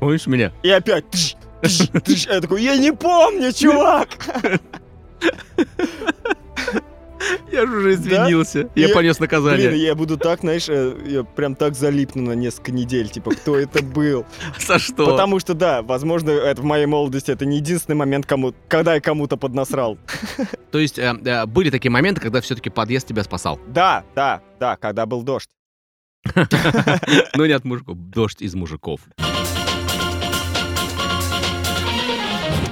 A: помнишь меня?
B: И опять... тш, тш, тш. Я такой, я не помню, чувак!
A: Я же уже
B: извинился.
A: Я
B: Я-
A: понес наказание.
B: Блин, я буду так, знаешь, э, я прям так залипну на несколько недель, типа, кто это был?
A: За что?
B: Потому что, да, возможно, это в моей молодости это не единственный момент, кому, когда я кому-то поднасрал.
A: То есть э, э, были такие моменты, когда все-таки подъезд тебя спасал.
B: Да, да, да, когда был дождь.
A: Но не от мужиков. Дождь из мужиков.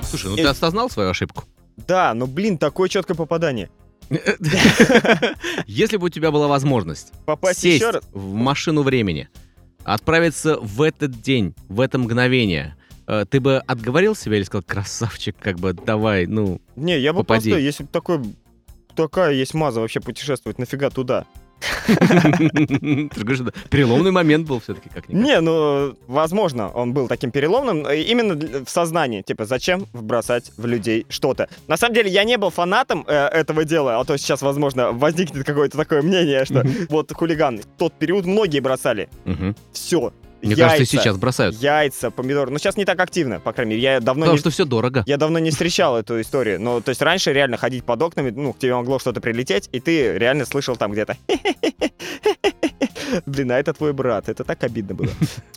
A: Слушай, ну ты
B: Э.
A: осознал свою ошибку?
B: Да, но, блин, такое четкое попадание.
A: Если бы у тебя была возможность
B: Попасть
A: сесть
B: еще раз.
A: в машину времени, отправиться в этот день, в это мгновение, э, ты бы отговорил себя или сказал, красавчик, как бы давай, ну...
B: Не, я бы
A: Попади.
B: просто, если бы такой, такая есть маза вообще путешествовать, нафига туда?
A: Ты же говоришь, да, Переломный момент был все-таки как-нибудь.
B: Не, ну, возможно, он был таким переломным э, именно для- в сознании. Типа, зачем бросать в людей что-то? На самом деле, я не был фанатом э, этого дела, а то сейчас, возможно, возникнет какое-то такое мнение, что вот хулиган. В тот период многие бросали.
A: Мгм.
B: Все.
A: Мне кажется, и сейчас бросают.
B: Яйца, помидоры. Но сейчас не так активно, по крайней мере. Я давно
A: Потому
B: не
A: что все дорого.
B: Я давно не встречал эту историю. но то есть раньше реально ходить под окнами, ну, к тебе могло что-то прилететь, и ты реально слышал там где-то. Блин, а это твой брат. Это так обидно было.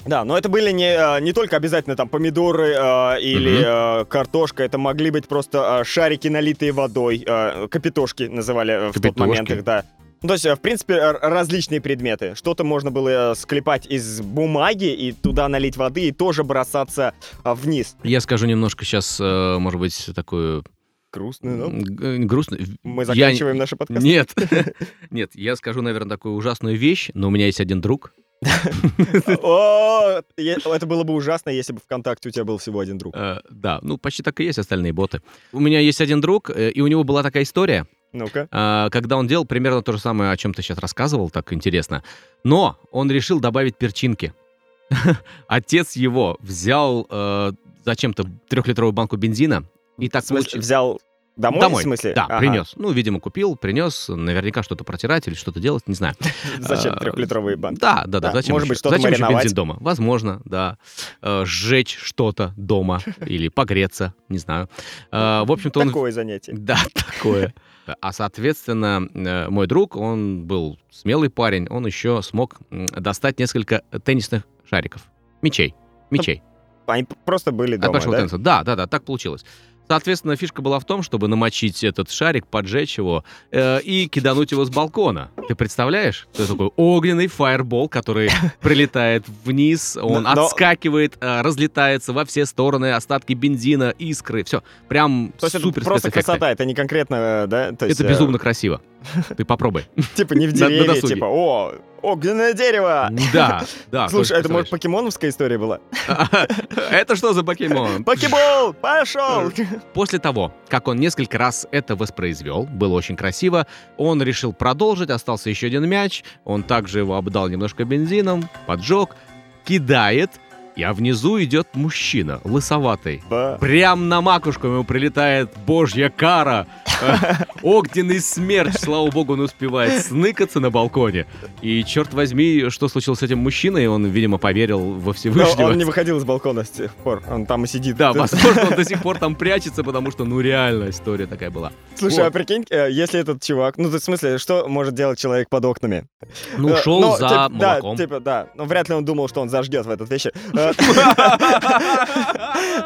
B: Да, но это были не, э, не только обязательно там помидоры э, или э, картошка. Это могли быть просто э, шарики, налитые водой. э, Капитошки называли э, в тот
A: Капитошки.
B: момент их, да. Ну, То есть, э, в принципе, р- различные предметы. Что-то можно было э, склепать из бумаги и туда налить воды и тоже бросаться э, вниз.
A: Я скажу немножко сейчас, может быть, такую
B: Грустно, да?
A: м, г- грустную...
B: Ну Мы
A: Я-
B: заканчиваем наши подкасты.
A: Нет, нет, я скажу, наверное, такую ужасную вещь, но у меня есть один друг.
B: О, е- Это было бы ужасно, если бы ВКонтакте у тебя был всего один друг.
A: Э, Да, ну почти так и есть остальные боты. У меня есть один друг, э, и у него была такая история.
B: Ну-ка.
A: А, когда он делал примерно то же самое, о чем ты сейчас рассказывал, так интересно. Но он решил добавить перчинки. Отец его взял э, зачем-то трехлитровую банку бензина и так
B: В смысле,
A: получилось-
B: взял домой,
A: Домой.
B: в смысле?
A: Да,
B: Ага.
A: принес. Ну, видимо, купил, принес. Наверняка что-то протирать или что-то делать, не знаю.
B: Зачем
A: А,
B: трехлитровые банки?
A: Да, да, да.
B: Да,
A: Зачем
B: может
A: еще-
B: быть, что-то
A: зачем еще
B: мариновать.
A: бензин дома? Возможно, да. Э, Сжечь что-то дома или погреться, не знаю. Э, В общем-то, он
B: Такое занятие.
A: да, такое. А, соответственно, э, мой друг, он был смелый парень, он еще смог м, достать несколько теннисных шариков. Мечей. Мечей.
B: Они п- просто были
A: От
B: дома,
A: большого
B: да?
A: тенниса. Да, да, да, так получилось. Соответственно, фишка была в том, чтобы намочить этот шарик, поджечь его э, и кидануть его с балкона. Ты представляешь? Это такой огненный фаербол, который прилетает вниз, он
B: Но- но-
A: отскакивает, э, разлетается во все стороны, остатки бензина, искры, все. Прям
B: То есть это
A: супер
B: просто
A: спецэффекты.
B: красота, это не конкретно, э, да? То есть,
A: Это
B: э,
A: безумно красиво. Ты попробуй.
B: Типа не в
A: На- на
B: дереве,
A: досуге.
B: типа, о, огненное дерево!
A: Да, да. Кость,
B: Слушай, это, может,
A: представляешь?
B: покемоновская история была?
A: Это что за покемон?
B: Покебол! Пошел!
A: После того, как он несколько раз это воспроизвел, было очень красиво, он решил продолжить, остался еще один мяч, он также его обдал немножко бензином, поджег, кидает, и а внизу идет мужчина, лысоватый,
B: Ба.
A: Прям на макушку ему прилетает божья кара. Э, Огненный смерч, слава богу, он успевает сныкаться на балконе. И черт возьми, что случилось с этим мужчиной, он, видимо, поверил во
B: Но
A: Всевышнего.
B: он не выходил из балкона с тех пор, он там и сидит.
A: Да, возможно, он до сих пор там прячется, потому что, ну, реально история такая была.
B: Слушай,
A: Вот.
B: а прикинь, э, если этот чувак, ну, то есть, в смысле, что может делать человек под окнами?
A: Ну,
B: Э,
A: шел
B: но,
A: за
B: типа,
A: молоком.
B: Да, типа, да. Но вряд ли он думал, что он зажгет в этот вечер. Э,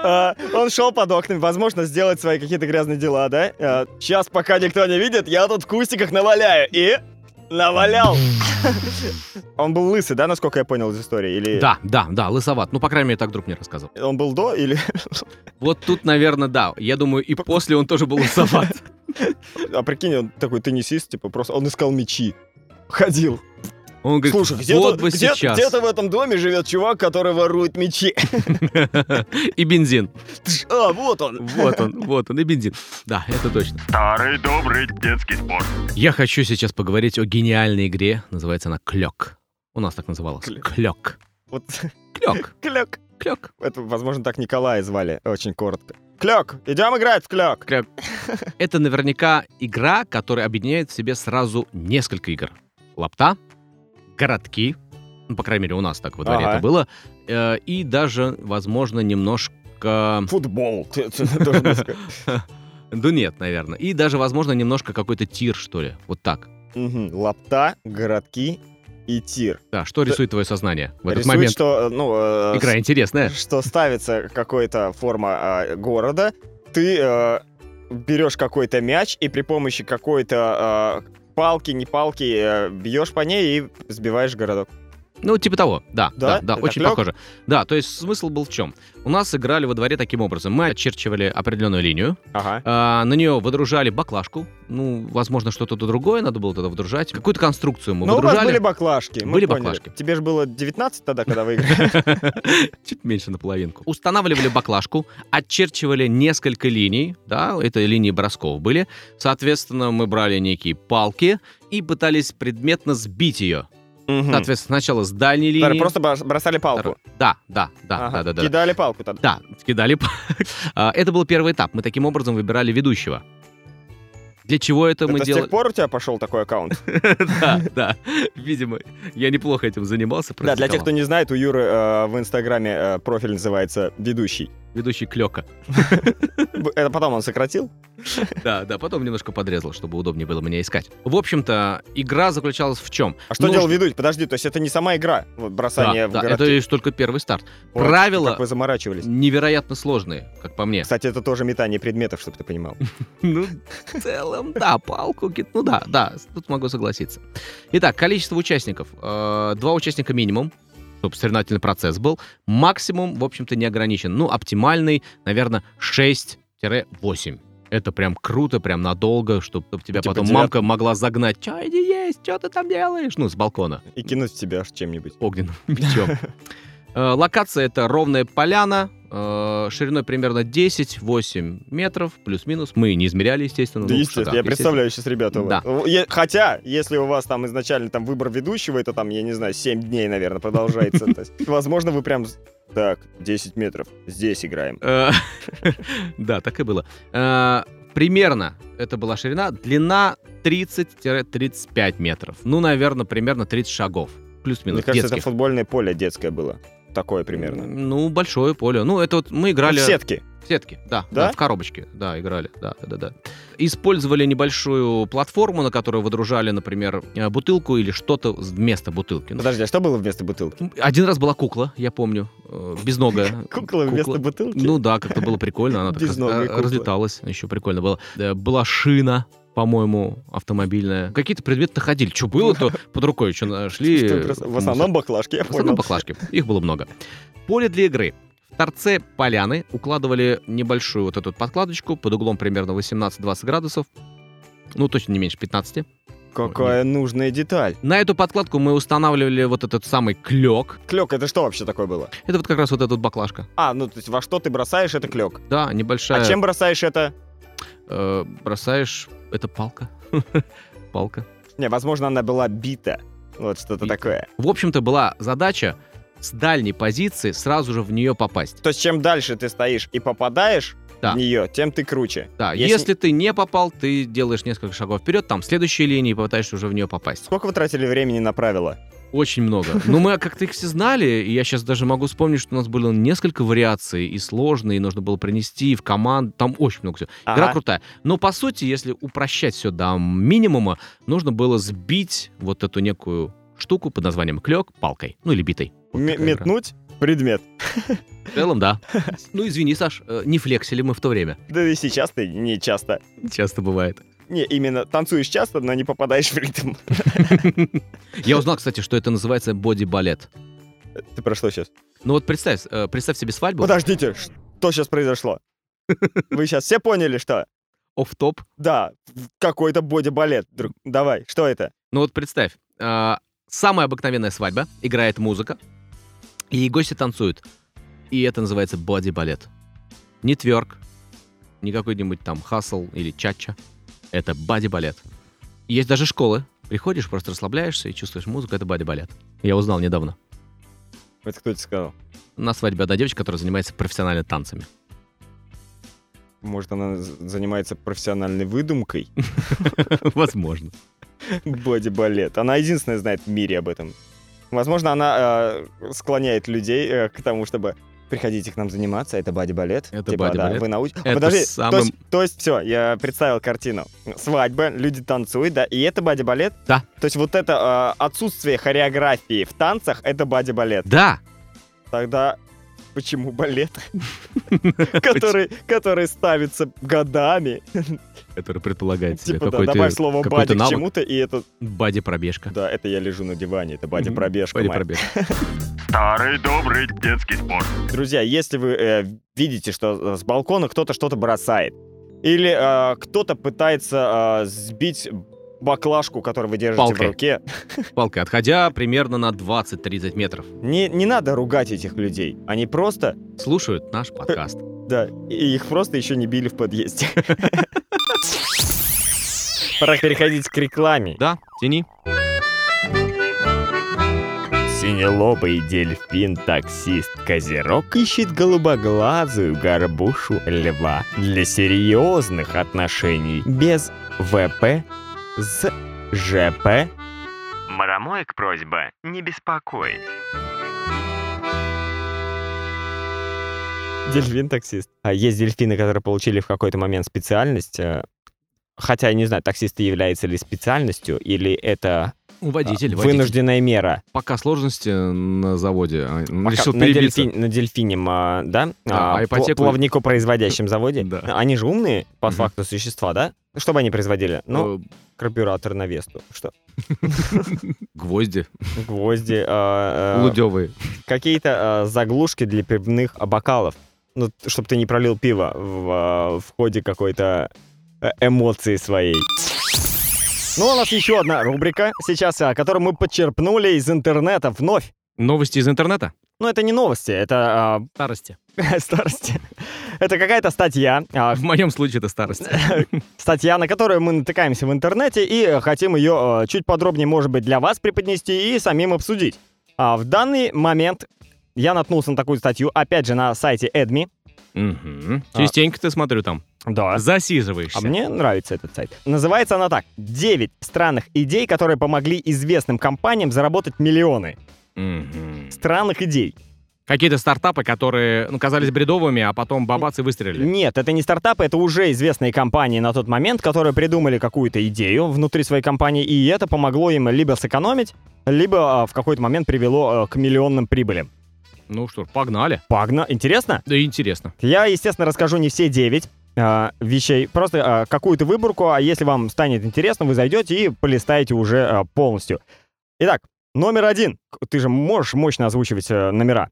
B: э, Он шел под окнами, возможно, сделать свои какие-то грязные дела, да? Сейчас, пока никто не видит, я тут в кустиках наваляю. И навалял. Он был лысый, да, насколько я понял из истории? Или
A: Да, да, да, лысоват. Ну, по крайней мере, так друг мне рассказывал.
B: он был до, или...
A: Вот тут, наверное, да. Я думаю, и после он тоже был лысоват.
B: А прикинь, он такой теннисист, типа, просто он искал мечи. Ходил.
A: Он говорит,
B: Слушай, где-то
A: вот бы
B: где-
A: сейчас.
B: где-то в этом доме живет чувак, который ворует мечи.
A: И бензин.
B: Тш, А, вот он.
A: Вот он, вот он, и бензин. Да, это точно.
E: Старый добрый детский спорт.
A: Я хочу сейчас поговорить о гениальной игре. Называется она Клёк. У нас так называлась.
B: Клё-
A: Клёк.
B: Вот
A: Клёк.
B: клёк.
A: Клёк.
B: Это, возможно, так Николая звали, очень коротко. Клёк, идем играть в клёк.
A: Это наверняка игра, которая объединяет в себе сразу несколько игр. Лапта, городки, Ну, по крайней мере, у нас так во дворе
B: Ага.
A: это было. Э, И даже, возможно, немножко...
B: Футбол. ты- ты должен был сказать.
A: Да нет, наверное. И даже, возможно, немножко какой-то тир, что ли. Вот так.
B: Мгм. Лапта, городки и тир.
A: Да, что рисует твое сознание в этот
B: Рисует,
A: момент?
B: что, э, ну, э,
A: Игра интересная.
B: что ставится какая-то форма э, города, ты э, берешь какой-то мяч и при помощи какой-то э, палки, не палки, э, бьешь по ней и сбиваешь городок.
A: Ну, типа того, да, да,
B: Да?
A: да,
B: Ты
A: очень
B: так лёг?
A: похоже. Да, то есть смысл был в чем? У нас играли во дворе таким образом. Мы очерчивали определенную линию,
B: Ага.
A: а, на нее выдружали баклажку, ну, возможно, что-то другое надо было тогда выдружать. Какую-то конструкцию мы
B: Но у вас
A: выдружали.
B: были баклажки. мы
A: Были
B: поняли.
A: баклажки.
B: Тебе же было 19 тогда, когда вы играли.
A: Чуть меньше наполовинку. Устанавливали баклажку, отчерчивали несколько линий, да, это линии бросков были. Соответственно, мы брали некие палки и пытались предметно сбить ее.
B: Мгм.
A: Соответственно, сначала с дальней
B: Тара,
A: линии.
B: Хм. Просто бро- бросали палку.
A: Да, да, да,
B: Ага.
A: да, да, да.
B: Кидали палку тогда.
A: Да, кидали. па- А, Это был первый этап. Мы таким образом выбирали ведущего. Для чего это, мы
B: Это с
A: делали?
B: тех пор у тебя пошел такой аккаунт?
A: Да, да. Видимо, я неплохо этим занимался.
B: Да, для тех,
A: практиковал.
B: кто не знает, у Юры э, в Инстаграме э, профиль называется «Ведущий».
A: Ведущий Клёка.
B: Б- Это потом он сократил?
A: Да, да, потом немножко подрезал, чтобы удобнее было меня искать. В общем-то, игра заключалась в чем?
B: А что
A: Ну,
B: делал ведущий? Подожди, то есть это не сама игра, вот бросание в
A: да,
B: городки?
A: это лишь только первый старт.
B: Вот,
A: Правила
B: Как вы заморачивались.
A: невероятно сложные, как по мне.
B: Кстати, это тоже метание предметов, чтобы ты понимал.
A: Ну, в целом, да, палку, ки- ну да, да, с- тут могу согласиться. Итак, количество участников. Э, Два участника минимум, чтобы соревновательный процесс был. Максимум, в общем-то, не ограничен. Ну, оптимальный, наверное, 6-8. Это прям круто, прям надолго, чтобы тебя
B: Типа
A: потом
B: девят-
A: мамка могла загнать. Чай не есть, что ты там делаешь? Ну, с балкона
B: И кинуть в тебя аж чем-нибудь.
A: огненным мечом. Э, Локация это ровная поляна, э, шириной примерно 10-8 метров, плюс-минус. Мы не измеряли, естественно.
B: Да,
A: ну, в
B: естественно,
A: шагах,
B: я представляю сейчас ребят. у вас.
A: Да.
B: Ну, е- Хотя, если у вас там изначально там выбор ведущего, это там, я не знаю, 7 дней, наверное, продолжается. То есть, Возможно, вы прям... с- Так, 10 метров, здесь играем.
A: Э, Да, так и было. Э, Примерно это была ширина, длина 30-35 метров. Ну, наверное, примерно 30 шагов. Плюс-минус.
B: Мне кажется, это
A: детских.
B: футбольное поле детское было. Такое примерно.
A: Ну, большое поле. Ну, это вот мы играли...
B: В сетке.
A: В сетке, да, да,
B: Да?
A: в коробочке, да, играли, да, да, да, да. Использовали небольшую платформу, на которую выдружали, например, э, бутылку или что-то вместо бутылки. Ну,
B: Подожди, а что было вместо бутылки?
A: Один раз была кукла, я помню, э, безногая.
B: Кукла вместо бутылки?
A: Ну да, как-то было прикольно, она так раз-
B: Безногая
A: э,
B: кукла.
A: разлеталась, еще прикольно было. Э, Была шина, по-моему, автомобильная. Какие-то предметы находили. Что было, то под рукой еще нашли.
B: Что,
A: э,
B: просто В
A: мусор.
B: основном баклажки, я
A: В основном
B: понял.
A: баклажки. Их было много. Поле для игры. В торце поляны укладывали небольшую вот эту вот подкладочку под углом примерно 18-20 градусов. Ну, точно не меньше 15.
B: Какая нужная деталь.
A: На эту подкладку мы устанавливали вот этот самый клек.
B: Клёк, это что вообще такое было?
A: Это вот как раз вот эта вот баклажка.
B: А, ну то есть во что ты бросаешь, это клёк.
A: Да, небольшая.
B: А чем бросаешь это?
A: э, бросаешь... Это палка. палка.
B: Не, возможно, она была бита. Вот что-то
A: Бита.
B: такое.
A: В общем-то, была задача с дальней позиции сразу же в нее попасть.
B: То есть чем дальше ты стоишь и попадаешь
A: Да.
B: в нее, тем ты круче.
A: Да,
B: Если-
A: если ты не попал, ты делаешь несколько шагов вперед, там следующие линии, и попытаешься уже в нее попасть.
B: Сколько вы тратили времени на правила?
A: Очень много. Но мы как-то их все знали, и я сейчас даже могу вспомнить, что у нас было несколько вариаций, и сложные, и нужно было принести в команду, там очень много всего. Игра
B: Ага.
A: крутая. Но, по сути, если упрощать все до минимума, нужно было сбить вот эту некую штуку под названием клек палкой, ну или битой. Вот
B: М-
A: такая игра.
B: метнуть предмет.
A: В целом, да. Ну, извини, Саш, э, не флексили мы в то время.
B: Да и сейчас ты не часто.
A: Часто бывает.
B: Не, именно танцуешь часто, но не попадаешь в ритм.
A: Я узнал, кстати, что это называется боди-балет.
B: Ты про что сейчас?
A: Ну вот представь, э, представь себе свадьбу.
B: Подождите, что сейчас произошло? Вы сейчас все поняли, что?
A: Офф-топ.
B: Да, какой-то боди-балет. Друг, Давай, что это?
A: Ну вот представь, а, самая обыкновенная свадьба, играет музыка, и гости танцуют. И это называется боди-балет. Не тверк, не какой-нибудь там хасл или чача. Это боди-балет. Есть даже школы. Приходишь, просто расслабляешься и чувствуешь музыку, это боди-балет. Я узнал недавно.
B: Это кто тебе сказал?
A: На свадьбе одна девочка, которая занимается профессионально танцами.
B: Может, она з- занимается профессиональной выдумкой?
A: Возможно.
B: Боди-балет. Она единственная знает в мире об этом. Возможно, она э, склоняет людей э, к тому, чтобы приходите к нам заниматься, это боди-балет.
A: Это
B: Типа, да,
A: боди-балет.
B: Вы науч...
A: Это
B: Подожди,
A: самым-
B: то, есть, все, я представил картину. Свадьба, люди танцуют, да, и это боди-балет?
A: Да.
B: То есть вот это э, отсутствие хореографии в танцах, это боди-балет.
A: Да,
B: Тогда почему балет, который, который ставится годами?
A: который предполагает себе
B: Типа, да, добавь слово
A: какой-то
B: бади к
A: навык.
B: чему-то, и это,
A: Бади-пробежка.
B: да, это я лежу на диване, это бади-пробежка. моя.
A: Бади-пробежка.
E: Старый добрый детский спорт.
B: Друзья, если вы э, видите, что э, с балкона кто-то что-то бросает, или э, кто-то пытается э, сбить баклажку, которую вы держите
A: Палкой.
B: в руке,
A: Палкой, отходя примерно на 20-30 метров.
B: не, не надо ругать этих людей. Они просто,
A: Слушают наш подкаст.
B: да, и их просто еще не били в подъезде. Пора переходить к рекламе.
A: Да, тяни.
B: Синелобый дельфин-таксист Козерог ищет голубоглазую горбушу льва для серьезных отношений без ВП с ЖП.
F: Марамоек просьба не беспокоить.
B: Дельфин-таксист. А есть дельфины, которые получили в какой-то момент специальность. э, Хотя, я не знаю, таксисты является ли специальностью, или это
A: Ну, Водитель,
B: а,
A: водитель.
B: вынужденная мера.
A: Пока сложности на заводе. а,
B: Пока
A: Решил
B: на,
A: перебиться.
B: дельфин- на дельфине, а, да?
A: Да, а
B: А,
A: ипотеку-
B: пла- Плавникопроизводящем заводе.
A: Да.
B: Они же умные, по
A: Мгм.
B: факту, существа, да? Что бы они производили? Ну,
A: Э,
B: карбюратор на Весту. Что?
A: Гвозди
B: Гвозди, а, э,
A: лудевые.
B: какие-то а, заглушки для пивных бокалов. Ну, чтобы ты не пролил пиво в, а, в ходе какой-то э, эмоции своей. Ну, а у нас еще одна рубрика сейчас, а, которую мы подчерпнули из интернета вновь.
A: Новости из интернета?
B: Ну, это не новости, это
A: Старости.
B: а, старости. Это какая-то статья, а,
A: В моем случае это старость.
B: статья, на которую мы натыкаемся в интернете и э, хотим ее э, чуть подробнее, может быть, для вас преподнести и самим обсудить. А в данный момент я наткнулся на такую статью, опять же, на сайте Эдми.
A: Мгм. Частенько ты смотрю там.
B: Да. А
A: Засиживаешься.
B: мне нравится этот сайт. Называется она так. 9 странных идей, которые помогли известным компаниям заработать миллионы.
A: Мгм.
B: Странных идей.
A: Какие-то стартапы, которые ну, казались бредовыми, а потом бабац и выстрелили.
B: Нет, это не стартапы, это уже известные компании на тот момент, которые придумали какую-то идею внутри своей компании, и это помогло им либо сэкономить, либо а, в какой-то момент привело а, к миллионным прибылям.
A: Ну что ж, погнали.
B: Пагна, интересно?
A: Да и интересно.
B: Я, естественно, расскажу не все 9 а, вещей, просто а, какую-то выборку, а если вам станет интересно, вы зайдете и полистаете уже а, полностью. Итак, номер один. К- Ты же можешь мощно озвучивать э, номера.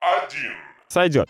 E: Один.
B: Сойдет.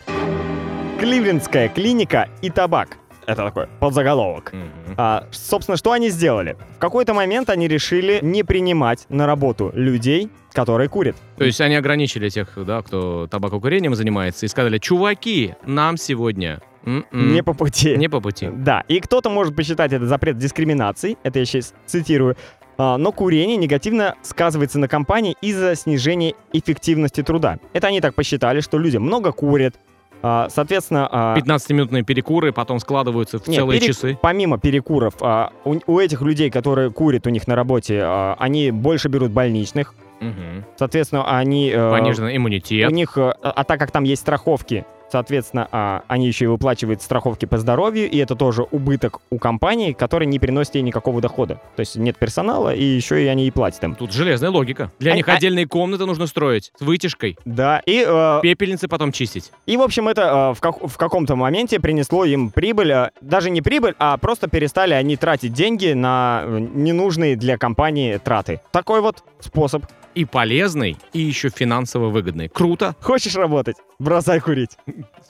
B: Кливлендская клиника и табак. Это такой подзаголовок.
A: Мгм.
B: А, собственно, что они сделали? В какой-то момент они решили не принимать на работу людей, которые курят.
A: То есть они ограничили тех, да, кто табакокурением занимается, и сказали, чуваки, нам сегодня м-м,
B: Не по пути.
A: не по пути.
B: Да, и кто-то может посчитать это запрет дискриминации, это я сейчас цитирую, А, но курение негативно сказывается на компании из-за снижения эффективности труда. Это они так посчитали, что люди много курят, а, соответственно... а,
A: 15-минутные перекуры потом складываются в
B: Нет,
A: целые
B: перек-
A: часы.
B: Помимо перекуров, а, у, у этих людей, которые курят у них на работе, а, они больше берут больничных.
A: Мгм.
B: Соответственно, они... э,
A: Пониженный
B: у
A: иммунитет.
B: них... э, А, а так как там есть страховки, соответственно, а, они еще и выплачивают страховки по здоровью, и это тоже убыток у компании, который не приносит ей никакого дохода. То есть нет персонала, и еще и они и платят им.
A: Тут железная логика. Для
B: А-
A: них
B: а-
A: отдельные комнаты нужно строить с вытяжкой,
B: Да, и... э,
A: пепельницы потом чистить.
B: И, в общем, это э, в, как- в каком-то моменте принесло им прибыль. э, даже не прибыль, а просто перестали они тратить деньги на э, ненужные для компании траты. Такой вот способ.
A: И полезный, и еще финансово выгодный. Круто.
B: Хочешь работать? Бросай курить.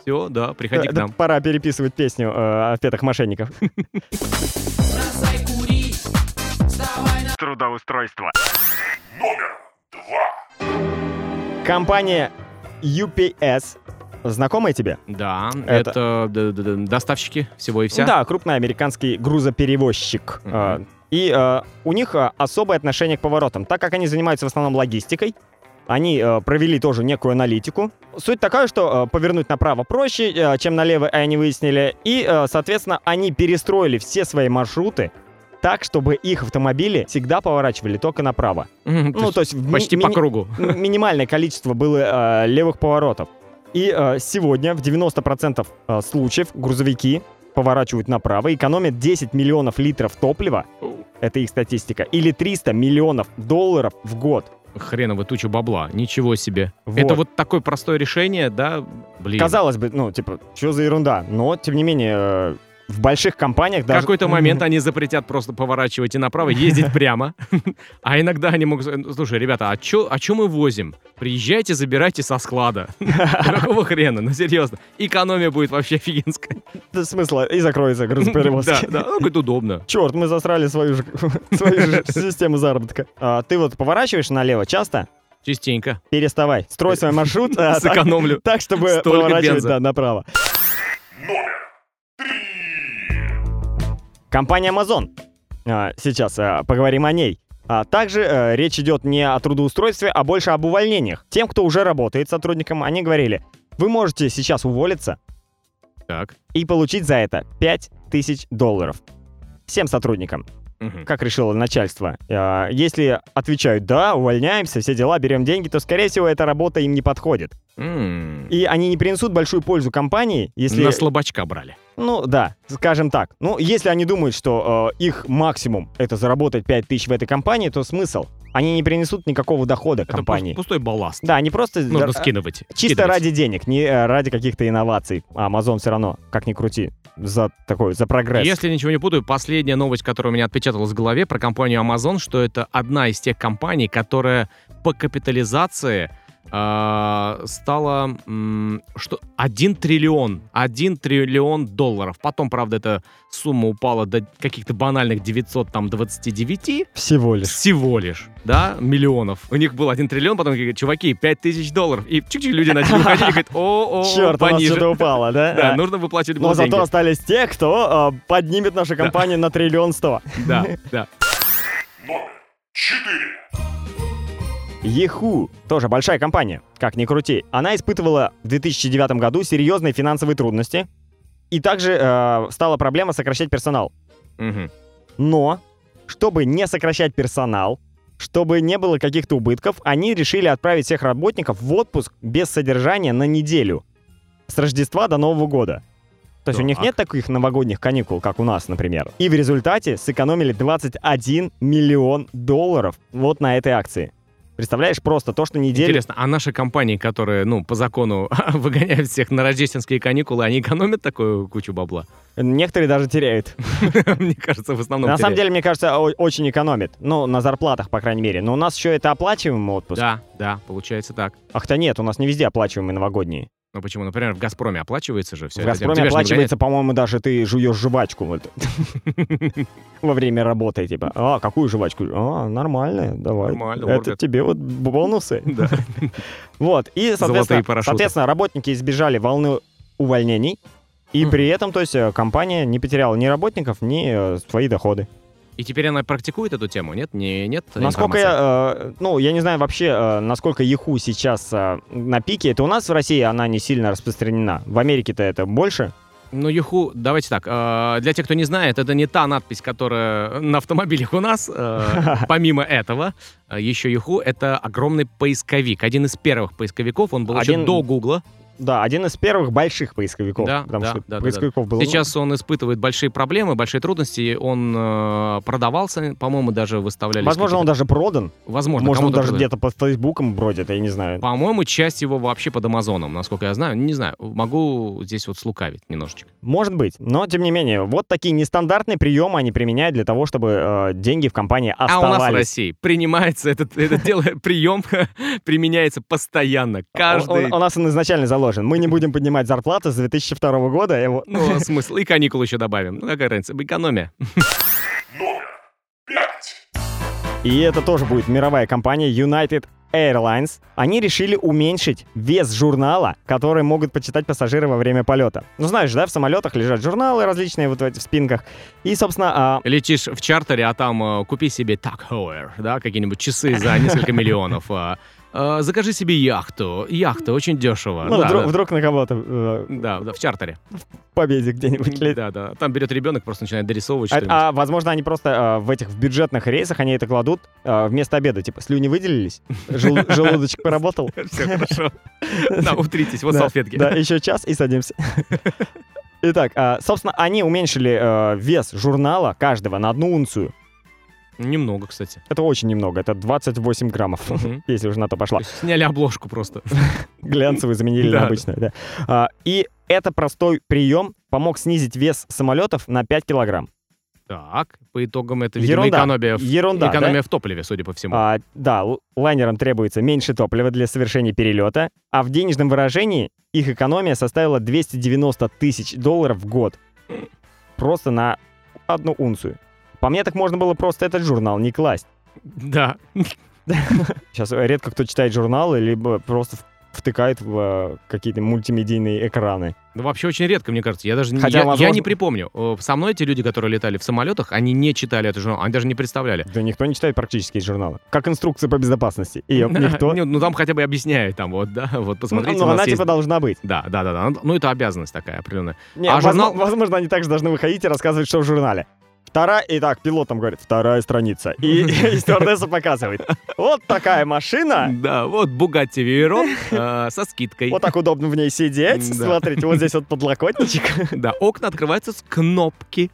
A: Все, да, приходи к
B: Э, Да,
A: нам.
B: Пора переписывать песню э, о петах мошенников.
F: Трудоустройство.
B: Компания UPS. Знакомая тебе?
A: Да,
B: Это-
A: это, д- д- д- доставщики всего и вся.
B: Да, крупный американский грузоперевозчик.
A: Мгм.
B: Э, И э, у них э, особое отношение к поворотам. Так как они занимаются в основном логистикой, они э, провели тоже некую аналитику. Суть такая, что э, повернуть направо проще, а, э, чем налево, и они выяснили. И, э, соответственно, они перестроили все свои маршруты так, чтобы их автомобили всегда поворачивали только направо.
A: Мгм,
B: Ну,
A: то
B: то
A: есть
B: есть в ми-
A: Почти по
B: мини-
A: кругу.
B: м- минимальное количество было э, левых поворотов. И э, сегодня в 90% э, случаев грузовики поворачивают направо, и экономят 10 миллионов литров топлива, это их статистика, или 300 миллионов долларов в год.
A: Хреново туча бабла. Ничего себе.
B: Вот.
A: Это вот такое простое решение, да? Блин.
B: Казалось бы, ну, типа, что за ерунда? Но, тем не менее, э, в больших компаниях
A: В
B: даже...
A: какой-то момент они запретят просто поворачивать и направо, ездить прямо. А иногда они могут... сказать, «Ну, Слушай, ребята, а чё, а чё мы возим? Приезжайте, забирайте со склада. Какого хрена? Ну, серьезно. Экономия будет вообще офигенская.
B: Да смысла, и закроется
A: Да,
B: грузоперевозки.
A: да. Ну, говорит, удобно.
B: Черт, мы засрали свою же, свою же систему заработка. А, ты вот поворачиваешь налево часто,
A: Частенько.
B: переставай, строй свой маршрут а, так-
A: Сэкономлю.
B: так, чтобы
A: Столько
B: поворачивать
A: бенза.
B: да, направо. Компания Amazon. А, сейчас а, поговорим о ней. А также э, речь идет не о трудоустройстве, а больше об увольнениях. Тем, кто уже работает сотрудником, они говорили, вы можете сейчас уволиться,
A: Так.
B: и получить за это 5000 долларов. Всем сотрудникам,
A: Мгм.
B: как решило начальство. Э, Если отвечают «да», увольняемся, все дела, берем деньги, то, скорее всего, эта работа им не подходит.
A: М.
B: И они не принесут большую пользу компании, если...
A: На слабачка брали.
B: Ну, да, скажем так. Ну, если они думают, что э, их максимум — это заработать 5000 в этой компании, то смысл? Они не принесут никакого дохода
A: Это Ну,
B: компании.
A: пус- пустой балласт.
B: Да, они просто...
A: Нужно
B: зар-
A: скидывать.
B: Чисто
A: скидывать.
B: ради денег, не э, ради каких-то инноваций. А Amazon все равно, как ни крути, за такой, за прогресс.
A: Если ничего не путаю, последняя новость, которая у меня отпечаталась в голове про компанию Amazon, что это одна из тех компаний, которая по капитализации э, стала м, что 1 триллион, 1 триллион долларов. Потом, правда, эта сумма упала до каких-то банальных 929
B: Всего лишь.
A: всего лишь, да, миллионов. У них был 1 триллион, потом говорят, чуваки, 5000 долларов. И чик-чик люди начали уходить и говорят, о, о,
B: Черт, у нас что-то
A: пониже.
B: упало, да?
A: Да,
B: А,
A: нужно выплачивать
B: Но
A: было
B: зато
A: деньги.
B: остались те, кто а, поднимет нашу компанию на триллион сто.
A: Да, да.
B: Yahoo, тоже большая компания, как ни крути. Она испытывала в 2009 году серьезные финансовые трудности. И также э, стала проблема сокращать персонал.
A: Мгм.
B: Но, чтобы не сокращать персонал, чтобы не было каких-то убытков, они решили отправить всех работников в отпуск без содержания на неделю. С Рождества до Нового года. То есть у них
A: Так.
B: нет таких новогодних каникул, как у нас, например. И в результате сэкономили 21 миллион долларов вот на этой акции. Представляешь, просто то, что неделю...
A: Интересно, а наши компании, которые, ну, по закону выгоняют всех на рождественские каникулы, они экономят такую кучу бабла?
B: Некоторые даже теряют.
A: Мне кажется, в основном
B: на самом
A: теряют.
B: деле, мне кажется, о- очень экономит. Ну, на зарплатах, по крайней мере. Но у нас еще это оплачиваемый отпуск.
A: Да, да, получается так.
B: Ах-то нет, у нас не везде оплачиваемые новогодние.
A: Ну почему? Например, в «Газпроме» оплачивается Ну, же все.
B: в «Газпроме» оплачивается, по-моему, даже ты жуешь жвачку вот во время работы, типа, а, какую жвачку? А, нормальная, давай.
A: Нормально,
B: Это
A: Орбит.
B: тебе вот б- бонусы.
A: Да.
B: Вот, и, соответственно,
A: парашюты.
B: соответственно, работники избежали волны увольнений, и
A: Мгм.
B: при этом, то есть, э, компания не потеряла ни работников, ни э, свои доходы.
A: И теперь она практикует эту тему, нет? Не, нет
B: Насколько
A: информации?
B: я, э, ну, я не знаю вообще, э, насколько Яху сейчас э, на пике, это у нас в России она не сильно распространена. В Америке-то это больше,
A: Ну, Юху, давайте так. э, Для тех, кто не знает, это не та надпись, которая на автомобилях у нас. э, Помимо этого, э, еще Юху — это огромный поисковик. Один из первых поисковиков. Он был еще
B: Один-
A: до Гугла.
B: Да, один из первых больших поисковиков.
A: Да,
B: потому
A: да,
B: что
A: да, да,
B: поисковиков было.
A: Сейчас он испытывает большие проблемы, большие трудности. Он э, продавался, по-моему, даже выставляли.
B: Возможно, он даже продан.
A: Возможно,
B: Может, он
A: кому-то А.
B: даже
A: продали.
B: где-то под Фейсбуком бродит, я не знаю.
A: По-моему, часть его вообще под Амазоном, насколько я знаю. Не знаю, могу здесь вот слукавить немножечко.
B: Может быть. Но, тем не менее, вот такие нестандартные приемы они применяют для того, чтобы э, деньги в компании
A: А у нас в
B: оставались.
A: России принимается этот, этот дело, прием применяется постоянно. Каждый...
B: А Он- у нас он изначально заложен. Мы не будем поднимать зарплаты с 2002 года. и вот-
A: Ну, смысл. И каникулы еще добавим. Ну, какая разница, экономия.
B: И это тоже будет мировая компания United Airlines. Они решили уменьшить вес журнала, который могут почитать пассажиры во время полета. Ну, знаешь, да, в самолетах лежат журналы различные вот в этих спинках. И, собственно, а,
A: Летишь в чартере, а там э, купи себе Tag Heuer, да, какие-нибудь часы за несколько миллионов. э, Э, закажи себе яхту. Яхта очень дешево.
B: Ну,
A: да,
B: вдруг,
A: да.
B: вдруг на кого-то э,
A: Да, да, в чартере.
B: победе где-нибудь летит.
A: Да, да. Там берет ребенок, просто начинает дорисовывать
B: А,
A: что-нибудь.
B: а, возможно, они просто э, в этих в бюджетных рейсах они это кладут э, вместо обеда. Типа, слюни выделились, жел- желудочек поработал.
A: Все хорошо. Да, утритесь, вот
B: Да,
A: салфетки.
B: Да, еще час и садимся. Итак, а, собственно, они уменьшили э, вес журнала каждого на одну унцию.
A: Немного, кстати.
B: Это очень немного, это 28 граммов,
A: Мгм.
B: если уже на
A: То
B: то пошла.
A: есть Сняли обложку просто.
B: Глянцевую заменили
A: Да,
B: на
A: да.
B: обычную, да. А, И это простой прием помог снизить вес самолетов на 5 килограмм.
A: Так, по итогам это, видимо,
B: Ерунда.
A: экономия, в-
B: Ерунда, да?
A: экономия в топливе, судя по всему.
B: А, да, л- лайнерам требуется меньше топлива для совершения перелета, а в денежном выражении их экономия составила 290 тысяч долларов в год. Просто на одну унцию. По мне, так можно было просто этот журнал не класть.
A: Да.
B: Сейчас редко кто читает журналы, либо просто в- втыкает в э, какие-то мультимедийные экраны.
A: Ну, вообще очень редко, мне кажется. Я даже не-
B: Хотя,
A: я, я
B: возможно-
A: не припомню. Э, Со мной те люди, которые летали в самолетах, они не читали эту журнал, они даже не представляли.
B: Да никто не читает практически журналы. Как инструкция по безопасности. Ее
A: Да,
B: никто...
A: не, Ну, там хотя бы объясняют, там, вот, да, вот, посмотрите,
B: ну,
A: у нас
B: она
A: есть-
B: типа должна быть.
A: Да, да, да, да. Ну, это обязанность такая определенная.
B: Не,
A: А
B: возмо-
A: журнал-
B: Возможно, они также должны выходить и рассказывать, что в журнале. Вторая... И так, пилотом говорит, вторая страница. И, и стюардесса показывает. Вот такая машина,
A: Да, вот Bugatti Veyron э, со скидкой.
B: А. вот так удобно в ней сидеть.
A: Да.
B: Смотрите, вот здесь вот подлокотничек.
A: Да, окна открываются с кнопки.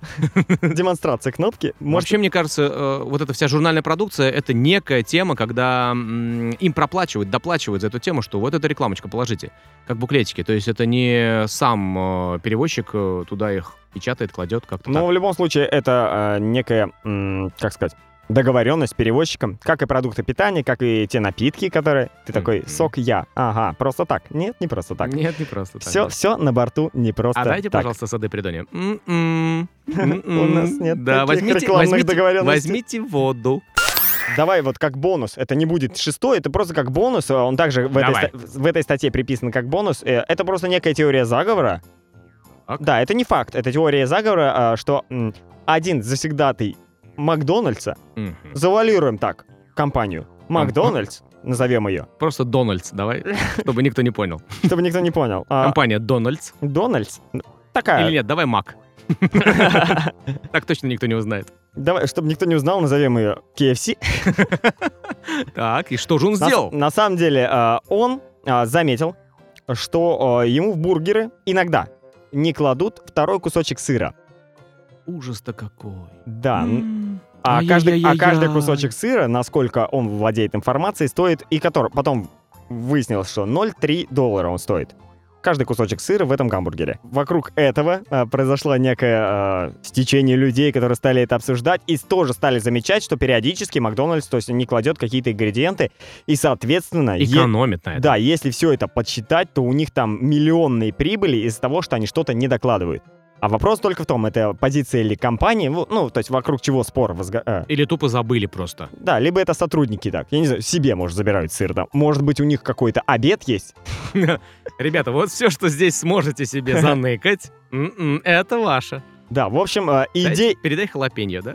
B: Демонстрация кнопки. Может,
A: Вообще, мне кажется, э, вот эта вся журнальная продукция — это некая тема, когда м, им проплачивают, доплачивают за эту тему, что вот эта рекламочка, положите, как буклетики. То есть это не сам э, перевозчик э, туда их печатает, кладет как-то
B: Ну,
A: так.
B: в любом случае, это э, некая, м, как сказать, договоренность с перевозчиком, как и продукты питания, как и те напитки, которые... Ты такой,
A: Мгм.
B: сок я. Ага, просто так. Нет, не просто так.
A: Нет, не просто так.
B: все,
A: да.
B: все на борту не просто
A: Ну, А дайте,
B: так.
A: пожалуйста, сады придонья. У
B: У нас нет
A: М-м-м. да,
B: таких
A: возьмите,
B: рекламных
A: возьмите-
B: договоренностей.
A: Возьмите воду.
B: Давай вот как бонус. Это не будет шестой, это просто как бонус. э, Он также в этой,
A: Давай.
B: ста- в этой статье приписан как бонус. Э, Это просто некая теория заговора.
A: Так.
B: Да, это не факт. Это теория заговора, а, что м, один завсегдатый Макдональдса,
A: Мгм.
B: завалируем так компанию, Макдональдс, назовем ее,
A: Просто Дональдс, давай, чтобы никто не понял.
B: чтобы никто не понял. А,
A: Компания Дональдс.
B: Дональдс? Ну,
A: Или
B: Такая.
A: нет, давай Мак. Так точно никто не узнает.
B: Давай, чтобы никто не узнал, назовем ее KFC.
A: Так, и что же он
B: На-
A: сделал?
B: На, самом деле, э, он э, заметил, что э, ему в бургеры иногда не кладут второй кусочек сыра.
A: Ужас-то какой.
B: Да. н- А каждый, а
A: Ай-яй-яй-яй.
B: каждый кусочек сыра, насколько он владеет информацией, стоит, и который потом выяснилось, что 0,3 доллара он стоит. Каждый кусочек сыра в этом гамбургере. Вокруг этого э, произошло некое э, стечение людей, которые стали это обсуждать, и тоже стали замечать, что периодически Макдональдс, то есть не кладет какие-то ингредиенты, и, соответственно, е-
A: Э, Экономит на этом.
B: Да, если все это подсчитать, то у них там миллионные прибыли из-за того, что они что-то не докладывают. А вопрос только в том, это позиция или компании, ну, ну, то есть вокруг чего спор возга... э,
A: Или тупо забыли просто.
B: Да, либо это сотрудники так. Я не знаю, себе, может, забирают сыр там. Может быть, у них какой-то обед есть?
A: Ребята, вот все, что здесь сможете себе заныкать, м-м, это ваше.
B: Да, в общем, э, идей,
A: Дай- Передай халапеньо, да?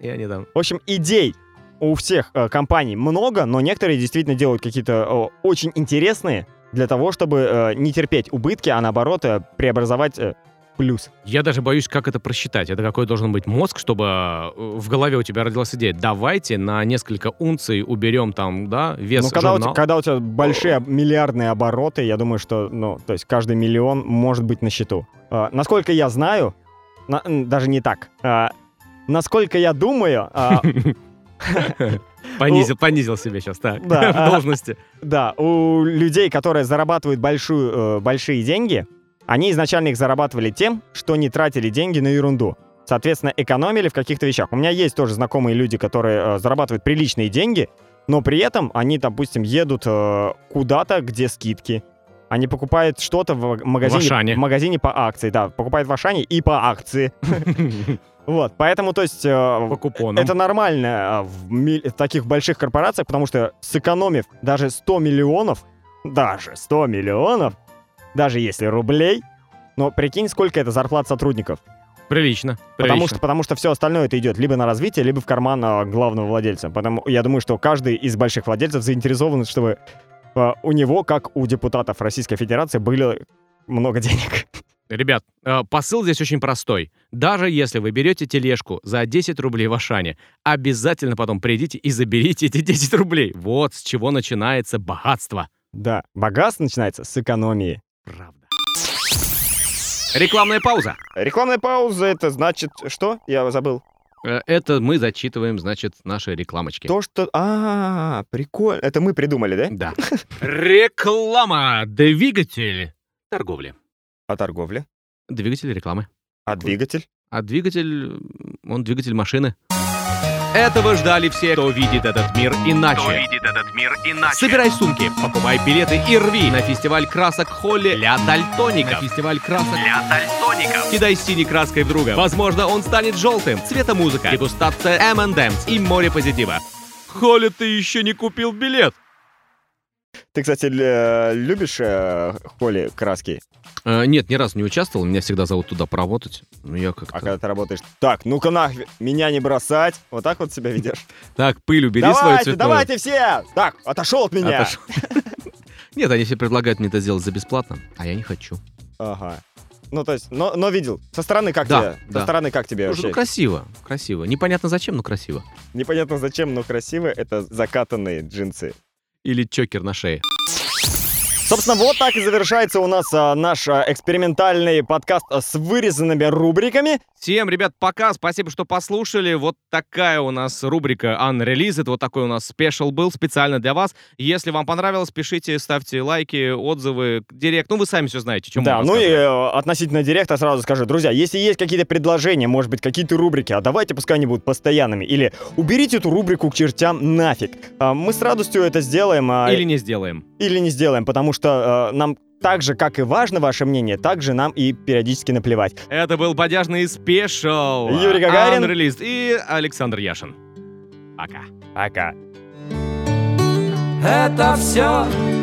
A: Я не дам.
B: в общем, идей у всех э, компаний много, но некоторые действительно делают какие-то э, очень интересные для того, чтобы э, не терпеть убытки, а наоборот э, преобразовать э, плюс.
A: Я даже боюсь, как это просчитать. Это какой должен быть мозг, чтобы э, в голове у тебя родилась идея. Давайте на несколько унций уберем там, да, вес
B: Ну, когда у, тебя,
A: журнала».
B: когда у тебя большие об- миллиардные обороты, я думаю, что, ну, то есть каждый миллион может быть на счету. А, насколько я знаю, на- м, даже не так. А, насколько я думаю, а,
A: Понизил, понизил себя сейчас, так,
B: Да,
A: в
B: а-
A: должности.
B: да, у людей, которые зарабатывают большую, э, большие деньги, они изначально их зарабатывали тем, что не тратили деньги на ерунду. Соответственно, экономили в каких-то вещах. У меня есть тоже знакомые люди, которые э, зарабатывают приличные деньги, но при этом они, допустим, едут э, куда-то, где скидки. Они покупают что-то в магазине,
A: Ашане.
B: в магазине по акции, да, покупают в Ашане и по акции. Вот, поэтому, то есть, э,
A: По купонам.
B: это нормально а, в ми- таких больших корпорациях, потому что сэкономив даже 100 миллионов, даже 100 миллионов, даже если рублей, но прикинь, сколько это зарплат сотрудников.
A: Прилично.
B: Потому
A: прилично.
B: что, потому что все остальное это идет либо на развитие, либо в карман а, главного владельца. Потому я думаю, что каждый из больших владельцев заинтересован, чтобы а, у него, как у депутатов Российской Федерации, были много денег.
A: Ребят, э, посыл здесь очень простой. Даже если вы берете тележку за 10 рублей в Ашане, обязательно потом придите и заберите эти 10 рублей. Вот с чего начинается богатство.
B: Да, богатство начинается с экономии.
A: Правда. Рекламная пауза.
B: Рекламная пауза это значит что? Я забыл.
A: Э, Это мы зачитываем, значит, наши рекламочки.
B: То, что... А, прикольно. Это мы придумали, да?
A: Да. Реклама. Двигатель торговли.
B: О торговле.
A: Двигатель рекламы.
B: А двигатель?
A: А двигатель, м, он двигатель машины. Этого ждали все, кто видит этот мир
F: Кто
A: иначе.
F: видит этот мир иначе?
A: Собирай сумки, покупай билеты и рви на фестиваль красок Холли для дальтоников. На фестиваль красок
F: Для дальтоников.
A: Кидай синей краской в друга. Возможно, он станет желтым. Цвета музыка, дегустация M&M's и море позитива. Холли, ты еще не купил билет.
B: Ты, кстати, л- э, любишь э, Холли краски? А
A: Э, нет, ни разу не участвовал. Меня всегда зовут туда поработать. Ну, я
B: А
A: как-то...
B: когда ты работаешь, так, ну-ка нахрен, меня не бросать. Вот так вот себя ведешь.
A: Так, пыль убери свою
B: давайте,
A: цветную.
B: давайте все! Так, отошел от меня!
A: Отошел. Нет, они все предлагают мне это сделать за бесплатно, а я не хочу.
B: Ага. Ну, то есть, но, но видел. Со стороны как
A: Да,
B: тебе?
A: да.
B: Со стороны как тебе
A: Слушай,
B: вообще?
A: ну красиво, красиво. Непонятно зачем, но красиво.
B: Непонятно зачем, но красиво это закатанные джинсы.
A: Или чокер на шее.
B: Собственно, вот так и завершается у нас а, наш а, экспериментальный подкаст а, с вырезанными рубриками.
A: Всем, ребят, пока. Спасибо, что послушали. Вот такая у нас рубрика Unreleased. Вот такой у нас спешл был специально для вас. Если вам понравилось, пишите, ставьте лайки, отзывы, директ. Ну, вы сами все знаете, чем
B: да, ну и э, относительно директа сразу скажу, друзья, если есть какие-то предложения, может быть, какие-то рубрики, а давайте пускай они будут постоянными. Или уберите эту рубрику к чертям нафиг. А, мы с радостью это сделаем. а,
A: Или не сделаем.
B: или не сделаем, потому что э, нам так же, как и важно ваше мнение, так же нам и периодически наплевать.
A: Это был подяжный спешл.
B: Юрий Гагарин.
A: Unreleased и Александр Яшин. Пока.
B: Пока.
D: Это все